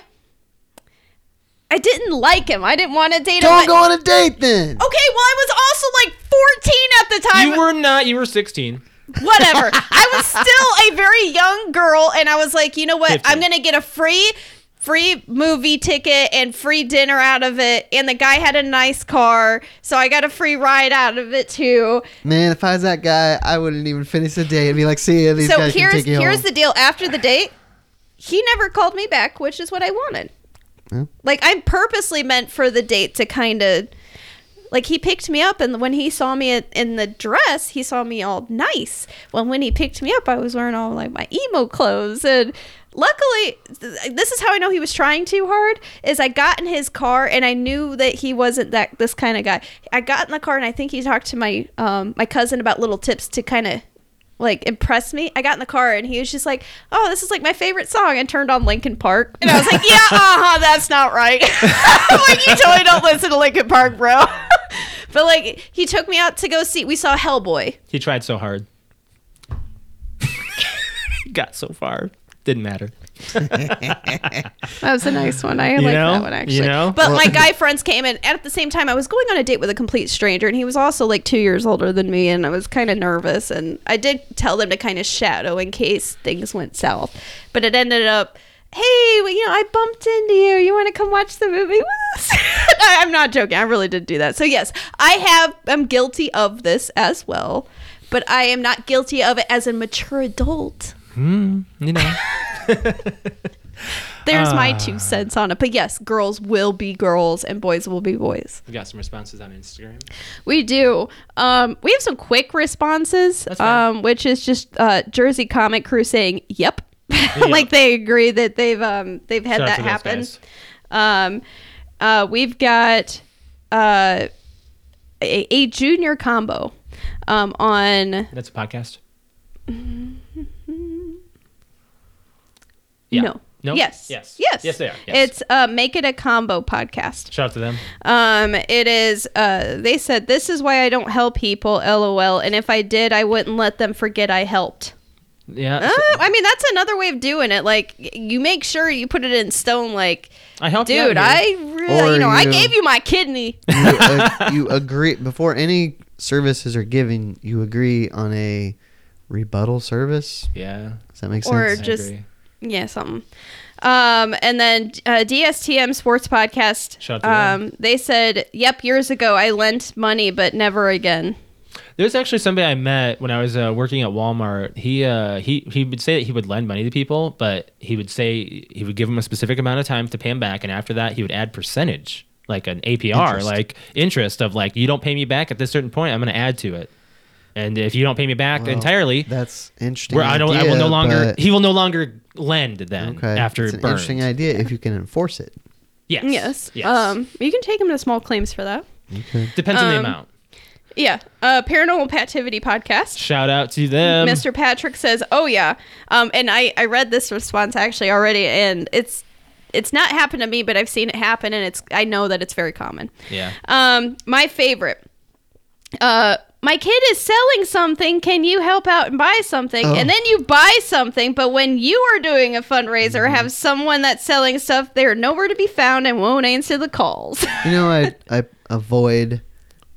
I didn't like him. I didn't want to date don't him. I- go on a date then. Okay, well, I was also like 14 at the time. You were not. You were 16. Whatever. I was still a very young girl, and I was like, you know what? 15. I'm going to get a free free movie ticket and free dinner out of it. And the guy had a nice car, so I got a free ride out of it too. Man, if I was that guy, I wouldn't even finish the day and be like, see, ya, these so guys here's can take you here's home. the deal. After the date, he never called me back, which is what I wanted. Yeah. Like I purposely meant for the date to kind of like he picked me up, and when he saw me in- in the dress, he saw me all nice. Well, when he picked me up, I was wearing all like my emo clothes, and luckily, th- this is how I know he was trying too hard. Is I got in his car, and I knew that he wasn't that this kind of guy. I got in the car, and I think he talked to my um, my cousin about little tips to kind of like impressed me. I got in the car and he was just like, "Oh, this is like my favorite song," and turned on Linkin Park, and I was like, "Yeah, uh-huh, that's not right." I'm like you totally don't listen to Linkin Park, bro. but like he took me out to go see. We saw Hellboy. He tried so hard. Got so far. Didn't matter. That was a nice one. I You like know? that one actually. You know? But my guy friends came in and at the same time I was going on a date with a complete stranger and he was also like two years older than me and I was kind of nervous and I did tell them to kind of shadow in case things went south. But it ended up, hey, well, you know, I bumped into you. You want to come watch the movie with us? I- I'm not joking. I really did do that. So yes, I have. I'm guilty of this as well, but I am not guilty of it as a mature adult. You know. There's my two cents on it. But yes, girls will be girls and boys will be boys. we got some responses on Instagram. We do. Um, we have some quick responses, um, which is just uh, Jersey Comic Crew saying, "Yep," like they agree that they've um, they've had Shout out that to those happen. guys. Um, uh, we've got uh, a, a junior combo um, on That's a podcast. Yeah. Mm-hmm. no. No? Yes. Yes. Yes. Yes, they are. Yes. It's uh, make it a combo podcast. Shout out to them. Um, it is. Uh, they said this is why I don't help people. LOL. And if I did, I wouldn't let them forget I helped. Yeah. Uh, I mean, that's another way of doing it. Like y- you make sure you put it in stone. Like, I helped you out dude, here. I really, Or you know, I you- gave you my kidney. you, uh, you agree before any services are given. You agree on a rebuttal service. Yeah. Does that make sense? Or I just- agree. Yeah, something. Um, and then uh, DSTM Sports Podcast. Shout out to them. um, they said, "Yep, years ago I lent money, but never again." There's actually somebody I met when I was uh, working at Walmart. He uh, he he would say that he would lend money to people, but he would say he would give them a specific amount of time to pay him back, and after that, he would add percentage, like an APR, Interest. like interest of like you don't pay me back at this certain point, I'm going to add to it, and if you don't pay me back Well, entirely, That's interesting. where I don't, I will idea, no longer but- he will no longer lend then okay. after it's an burn. interesting idea if you can enforce it. Yes, Yes. Um, you can take them to small claims for that. depends on the amount. Yeah. Uh, Paranormal Pativity Podcast. Shout out to them, Mr. Patrick says, "Oh yeah," um, and I I read this response actually already, and it's it's not happened to me, but I've seen it happen, and it's I know that it's very common. Yeah. Um, my favorite. Uh, my kid is selling something. Can you help out and buy something? Oh. And then you buy something, but when you are doing a fundraiser, Mm-hmm. have someone that's selling stuff, they're nowhere to be found and won't answer the calls. You know, I I avoid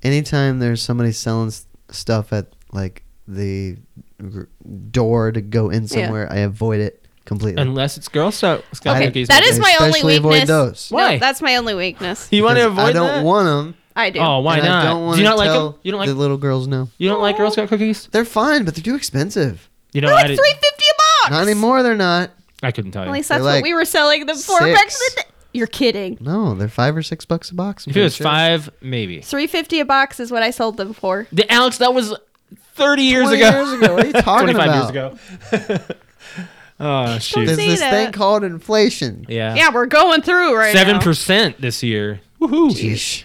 anytime there's somebody selling s- stuff at like the gr- door to go in somewhere. I avoid it completely. Unless it's Girl Scout. Scout Okay, cookies. that is I my only especially avoid weakness. those. No, Why? that's my only weakness. You want to avoid Because I don't that? want them. I do. Oh, why not? I don't Do you want not to like tell them? You don't like the little girls no. you don't like Girl Scout cookies? They're fine, but they're too expensive. You know, They're I, like did- three fifty a box. Not anymore. They're not. I couldn't tell At you. least They're that's like what we were selling them for six. back in the day. You're kidding. No, they're five or six bucks a box. I'm if it was pretty sure. five, maybe. Three fifty a box is what I sold them for. The Alex, that was thirty years 20 ago. years ago. What are you talking Twenty-five about? years ago. oh there's shoot. say this that. thing called inflation. Yeah. Yeah, we're going through right Seven now. percent this year. Woohoo! Yeesh.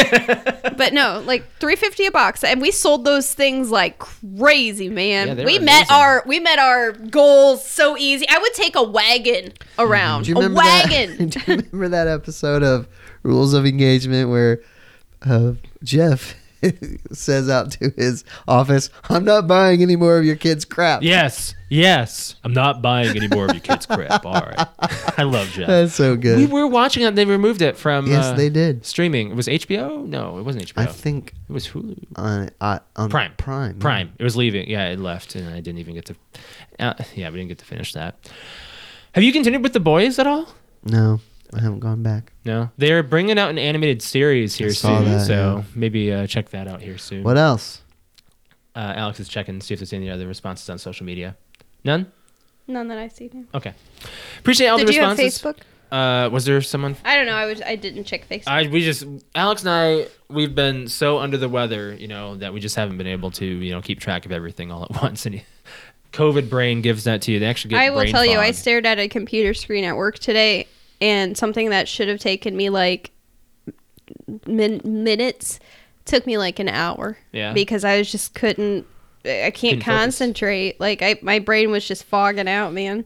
But no, like three fifty a box, and we sold those things like crazy, Yeah, man. they we were met amazing. our we met our goals so easy. I would take a wagon Mm-hmm. around. Do you a remember wagon. That, do you remember that episode of Rules of Engagement where uh, Jeff says out to his office, "I'm not buying any more of your kids' crap." Yes, yes. I'm not buying any more of your kids' crap. All right. I love Jeff. that's so good. we were watching it. They removed it from. yes, uh, they did. Streaming. It was HBO? No, it wasn't HBO. I think it was Hulu. on, uh, on Prime. Prime, yeah. Prime. It was leaving. Yeah, it left, and I didn't even get to. Uh, yeah, we didn't get to finish that. Have you continued with the boys at all? No, I haven't gone back. No, they're bringing out an animated series here I saw soon, that, so yeah. maybe uh, check that out here soon. What else? Uh, Alex is checking to see if there's any other responses on social media. None. None that I see. Now. Okay. Appreciate all Did the you have responses. Facebook? Uh, was there someone? I don't know. I was. I didn't check Facebook. I we just Alex and I we've been so under the weather, you know, that we just haven't been able to you know keep track of everything all at once. And COVID brain gives that to you. They actually get. I will brain tell you, I fog. stared at a computer screen at work today, and something that should have taken me like min- minutes took me like an hour. Yeah. Because I was just couldn't. I can't Couldn't focus. concentrate. Like I, my brain was just fogging out, man.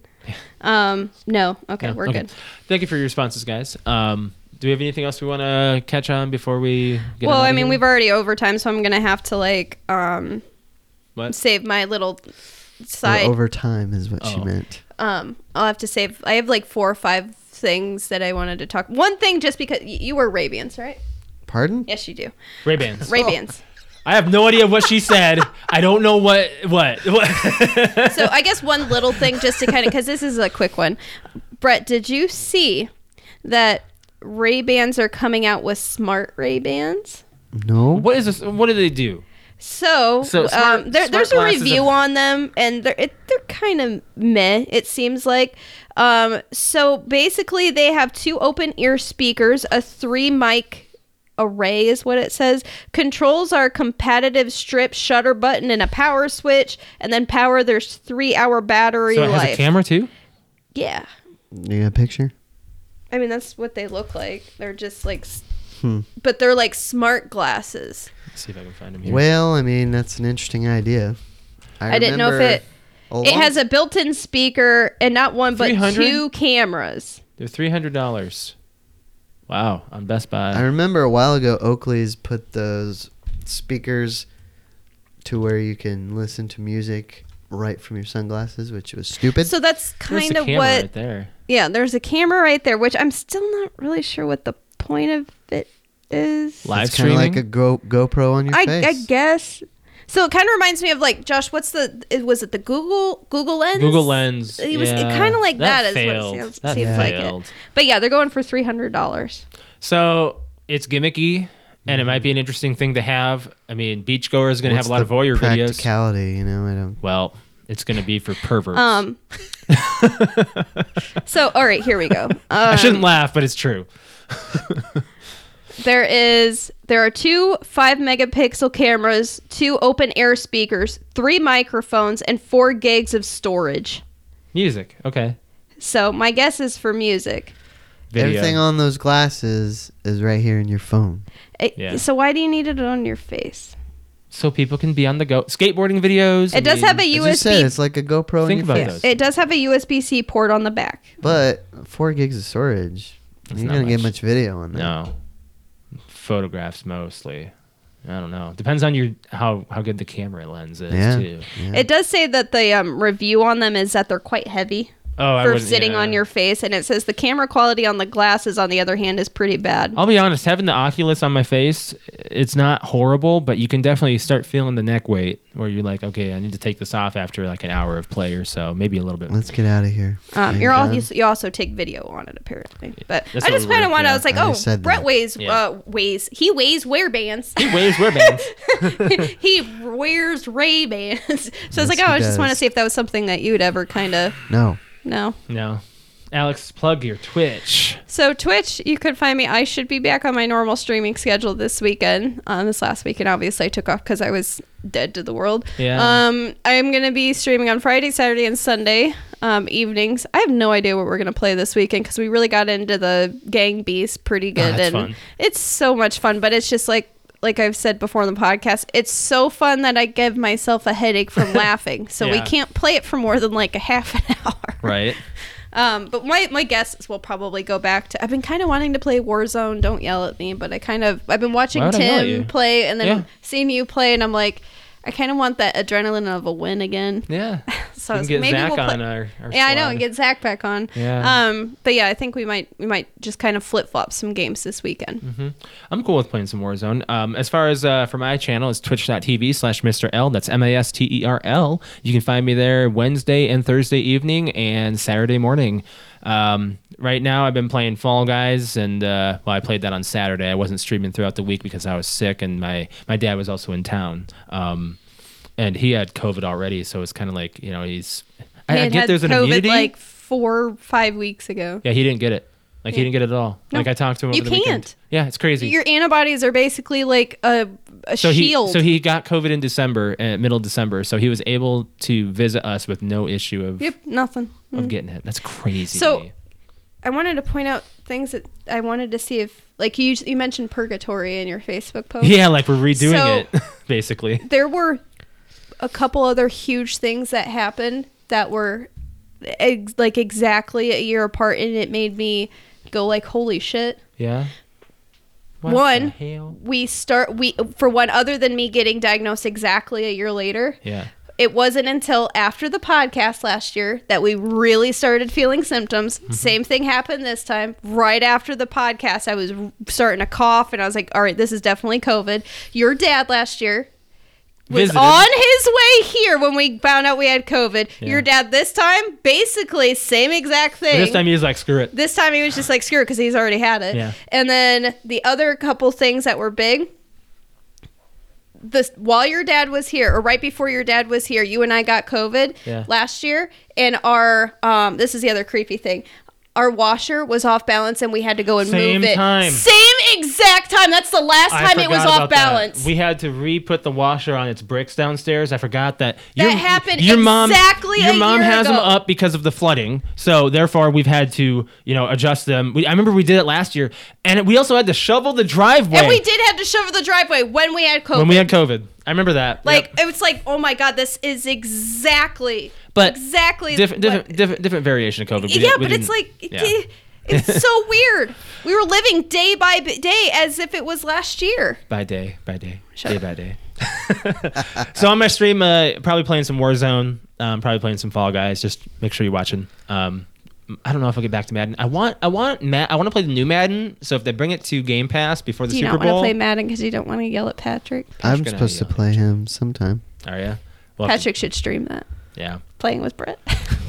Um. No. Okay. Yeah, we're good. Thank you for your responses, guys. Um, do we have anything else we want to catch on before we? get well, on I outta mean, here? we've already overtime, so I'm gonna have to like um What? save my little Or side. over time is what she Oh. meant. um i'll have to save i have like four or five things that i wanted to talk one thing just because y- you wear ray bans right Pardon? yes you do Ray Bans. ray bans I have no idea what she said. I don't know what what. what. so i guess one little thing just to kind of because this is a quick one brett did you see that ray bans are coming out with smart ray bans No. what is this? What do they do? so, So smart- um, there, smart there's a glasses review of- on them and they're, it, they're kind of meh it seems like um, so basically they have two open ear speakers a three mic array is what it says controls are competitive strip shutter button and a power switch and then power there's three hour battery So it has life a camera too. yeah You got a picture? i mean that's what they look like they're just like s Hmm. but they're like smart glasses Let's see if I can find him here. Well, I mean, that's an interesting idea. I didn't know if remember it- It long- has a built-in speaker and not one but 300? two cameras. They're three hundred dollars. Wow, on Best I Buy. remember a while ago, Oakley's put those speakers to where you can listen to music right from your sunglasses, which was stupid. So that's There's kind the of camera what right there. Yeah, there's a camera right there which I'm still not really sure what the point of it is. Live it's kind of like a streaming? Go- GoPro on your I, face. I guess. So it kind of reminds me of like Josh, what's the it- was it the Google Google Lens? Google Lens. It was yeah. kind of like that is failed. what it seems, That seems like failed. it. But yeah, they're going for $300. So it's gimmicky, and it might be an interesting thing to have. I mean, Beachgoer is going to have What's a lot of the voyeur videos. practicality, you know. I don't. Well, it's going to be for perverts. Um So all right, here we go. Um, I shouldn't laugh, but it's true. There is there are two 5 megapixel cameras, two open air speakers, three microphones and 4 gigs of storage. Music. Okay. So my guess is for music. Video. Everything on those glasses is right here in your phone. It- Yeah. So why do you need it on your face? so people can be on the go. Skateboarding videos. It does have a As you said, USB it's like a GoPro on Think your about face. those. it does have a USB-C port on the back. But four gigs of storage, That's you're not not gonna get much. much video on that. No. Photographs mostly. I don't know. Depends on your how how good the camera lens is Yeah. too. yeah. It does say that the um, review on them is that they're quite heavy Oh, I for wouldn't- sitting yeah. on your face, and it says the camera quality on the glasses, on the other hand, is pretty bad. I'll be honest. Having the Oculus on my face, it's not horrible, but you can definitely start feeling the neck weight, where you're like, okay, I need to take this off after like an hour of play or so, maybe a little bit. Let's get out of here. Oh, Um, I'm you're all, done. you, you also take video on it apparently, but That's I what just we kind of were- want. yeah, I was like, I oh, just said Brett that. weighs Yeah. uh, weighs he weighs wear bands. Waves wear bands. he wears Ray Bans. So I was Yes, like, he oh, I just does. want to see if that was something that you'd ever kind of No. know. No, Alex, plug your Twitch. So Twitch, you could find me. I should be back on my normal streaming schedule this weekend. Um, this last weekend, obviously, I took off because I was dead to the world. Yeah. Um, I'm gonna be streaming on Friday, Saturday, and Sunday um, evenings. I have no idea what we're gonna play this weekend because we really got into the gang beast pretty good, Ah, that's and fun. it's so much fun. But it's just like. Like I've said before on the podcast, it's so fun that I give myself a headache from laughing. So we Yeah. can't play it for more than like a half an hour. Right. Um, but my my guess is we'll probably go back to. I've been kind of wanting to play Warzone. Don't yell at me, but I kind of I've been watching Why would I yell at you? Tim play and then Yeah. seeing you play, and I'm like, I kind of want that adrenaline of a win again. Yeah. So we can I was, get maybe Zach we'll play. on our, our yeah, I know, squad. and get Zach back on. Yeah. Um, but yeah, I think we might we might just kind of flip flop some games this weekend. Mm-hmm. I'm cool with playing some Warzone. Um, as far as uh, for my channel, it's twitch.tv slash Mr. L. That's M A S T E R L. You can find me there Wednesday and Thursday evening and Saturday morning. Um, right now I've been playing Fall Guys, and uh, well, I played that on Saturday. I wasn't streaming throughout the week because I was sick, and my my dad was also in town, um, and he had COVID already, so it's kind of like you know he's. I, I had get had there's an COVID immunity. like four, five weeks ago. yeah, he didn't get it. Like he didn't get it at all. No. Like I talked to him. You over the weekend. can't. Yeah, it's crazy. Your antibodies are basically like a, a so he shield. so he got COVID in December, uh, middle of December. So he was able to visit us with no issue of yep, nothing. of getting it. That's crazy. So- to me. I wanted to point out things that I wanted to see if, like, you you mentioned purgatory in your Facebook post. yeah, like we're redoing So- it basically. There were a couple other huge things that happened that were ex- like exactly a year apart, and it made me go like, "Holy shit!" Yeah. What One. the hell? We start we for one other than me getting diagnosed exactly a year later. Yeah. It wasn't until after the podcast last year that we really started feeling symptoms. Mm-hmm. Same thing happened this time. Right after the podcast, I was r- starting to cough and I was like, all right, this is definitely COVID. Your dad last year was Visited. on his way here when we found out we had COVID. Yeah. Your dad this time, basically, same exact But thing. this time he was like, screw it. This time he was just like, screw it, because he's already had it. Yeah. And then the other couple things that were big. This, while your dad was here, or right before your dad was here, you and I got COVID Yeah. last year, and our um, this is the other creepy thing, our washer was off balance, and we had to go and Same move it. time. Same exact time. That's the last I time it was forgot off about that. balance. We had to re-put the washer on its bricks downstairs. I forgot that. That happened mom, exactly Your a mom year has them ago. up because of the flooding, so therefore we've had to, you know, adjust them. We, I remember we did it last year, and we also had to shovel the driveway and we did have to shovel the driveway when we had COVID. when we had COVID. I remember that. like Yep. it was like, oh my god, this is exactly But exactly different, what- different, different, different variation of COVID. We yeah, didn't- we but didn't- it's like yeah. it's so weird. We were living day by b- day as if it was last year. by day by day Shut day up. by day so on my stream uh, probably playing some warzone um, probably playing some fall guys just make sure you're watching um, i don't know if i'll get back to madden i want i want Ma- i want to play the new madden so if they bring it to game pass before the Do you super not want to bowl play Madden because you don't want to yell at Patrick? I'm gonna supposed to yell at play him sometime. are you Oh, well, if- Patrick should stream that. yeah Playing with Brett.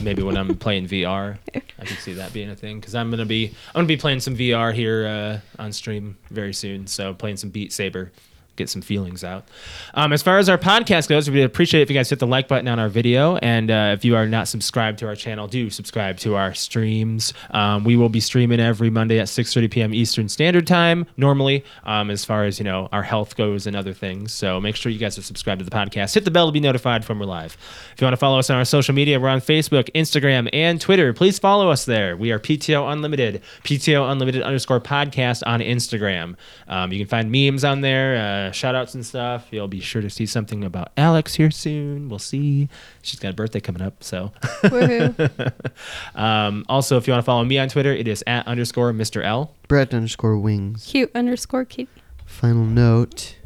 maybe when i'm playing vr i can see that being a thing because i'm gonna be i'm gonna be playing some vr here uh, on stream very soon so playing some beat saber get some feelings out um, as far as our podcast goes we'd appreciate it if you guys hit the like button on our video and uh, if you are not subscribed to our channel do subscribe to our streams um, we will be streaming every monday at 6.30 p.m eastern standard time normally um, as far as you know our health goes and other things so make sure you guys are subscribed to the podcast hit the bell to be notified when we're live if you want to follow us on our social media we're on facebook instagram and twitter please follow us there we are pto unlimited pto unlimited underscore podcast on instagram um, you can find memes on there uh, shout outs and stuff you'll be sure to see something about alex here soon we'll see she's got a birthday coming up so Woohoo. um, also if you want to follow me on twitter it is at underscore mr l Brett underscore wings. Cute underscore kitty. Final note.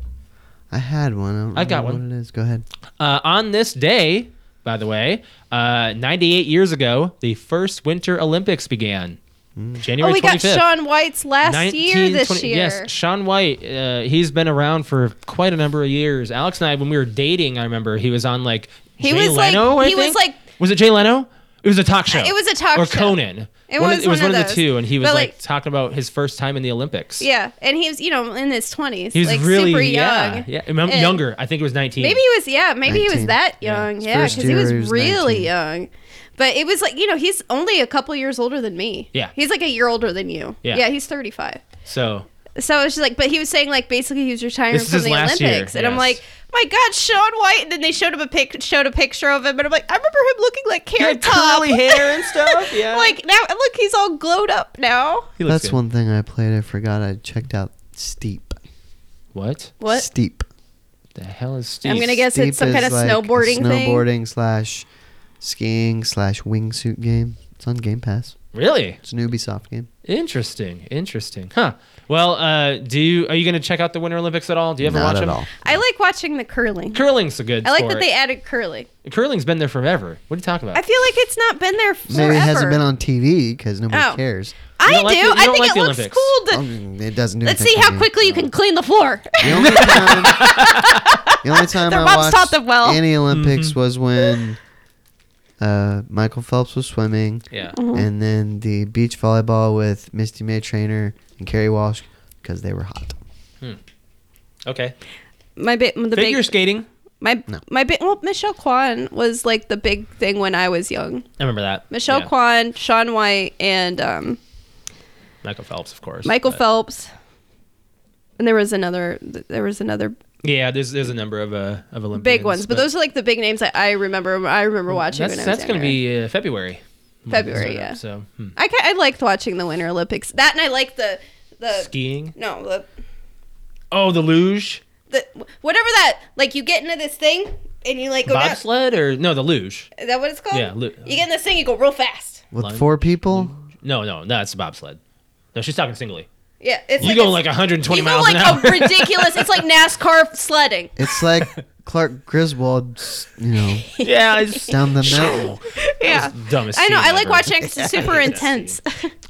I had one. I don't I've got remember one. What it is? Go ahead. Uh, on this day, by the way, uh, 98 years ago, the first Winter Olympics began. Mm. January Oh, we 25th. got Sean White's last 19, year this 20 year. Yes, Sean White. Uh, he's been around for quite a number of years. Alex and I, when we were dating, I remember he was on like He Jay was, like- Leno. I he was, think? like- was it Jay Leno? It was a talk show. It was a talk or show. Conan. It One of- was it was one one of of, the those. two, and he was But, like, like- talking about his first time in the Olympics. Yeah, and he was, you know, in his 20s. he was like really super yeah, young. yeah, remem- And younger. I think it was 19. Maybe he was, yeah, maybe he was 19. that Yeah. young. His Yeah, first because he year was he was really 19. young. But it was like, you know, he's only a couple years older than me. Yeah. He's like a year older than you. Yeah. Yeah, he's 35. so. So it's just like, but he was saying like basically he was retiring This is from his the last Olympics, year, and yes. I'm like, my God, Sean White. And then they showed him a pic, showed a picture of him, and I'm like, I remember him looking like He carrot had top, curly hair and stuff. Yeah, like now look, he's all glowed up now. He looks That's good. one thing I played. I forgot. I checked out Steep. What What? Steep. the hell is Steve? I'm gonna guess Steep it's some is kind of like a snowboarding, thing. Snowboarding slash skiing slash wingsuit game. It's on Game Pass. Really It's an Ubisoft game. interesting, interesting, huh? Well, uh, do you are you gonna check out the Winter Olympics at all? Do you ever Not watch at them? all. I like watching the curling. Curling's a good. I like sport. that they added curling. Curling's been there forever. What are you talking about? I feel like it's not been there forever. Maybe it hasn't been on TV because nobody Oh. cares. I You do. don't like the- you I don't think like it the looks Olympics. cool. To, Oh, it doesn't do let's anything see for how me. quickly you can clean the floor. The only time, the only time Their I moms taught watched Mm-hmm. them well. any Olympics was when Uh, Michael Phelps was swimming, Yeah. and then the beach volleyball with Misty May Trainer and Carrie Walsh because they were hot. Okay. My big, the Figure big, skating. my No. my big. Well, Michelle Kwan was like the big thing when I was young. I remember that. Michelle Yeah. Kwan, Sean White, and um, Michael Phelps, of course. Michael but- Phelps. And there was another. There was another Yeah, there's there's a number of uh, of Olympians. big ones, but, those are like the big names that I remember. I remember watching. Mm, That's, when I was that's gonna younger. be uh, February. February, Sort of, yeah. So hmm. I ca- I liked watching the Winter Olympics. That and I liked the the skiing. no the Oh, the luge, the whatever that like you get into this thing and you like go down. bobsled, or no, the luge. Is that what it's called? Yeah, lu- you get in this thing, you go real fast. With Lime- four people, No, no, no, that's the bobsled. No, she's talking singly. Yeah, it's You like go a- like 120 you go miles like an hour. a ridiculous. It's like NASCAR sledding. it's like Clark Griswold, you know, yeah, it's down the mountain. Yeah, dumbest. I know. scene I like ever. watching. it 'cause It's super intense.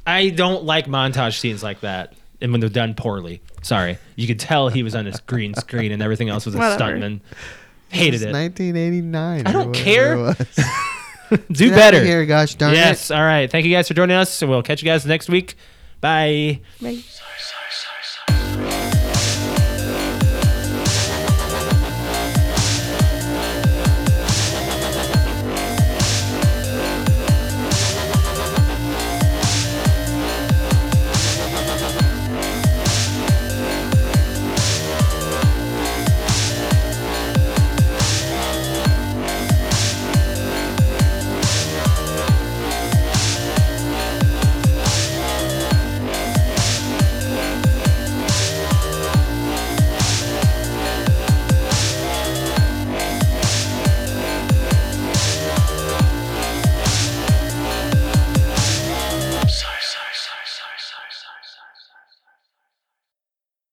I don't like montage scenes like that, and when they're done poorly. Sorry, you could tell he was on a green screen, and everything else was a Whatever. stuntman. Hated It's it. 1989. I or don't whatever care. it was. Do Get outta better. Here, gosh darn it. Yes. All right. Thank you guys for joining us. and We'll catch you guys next week. Bye. Right.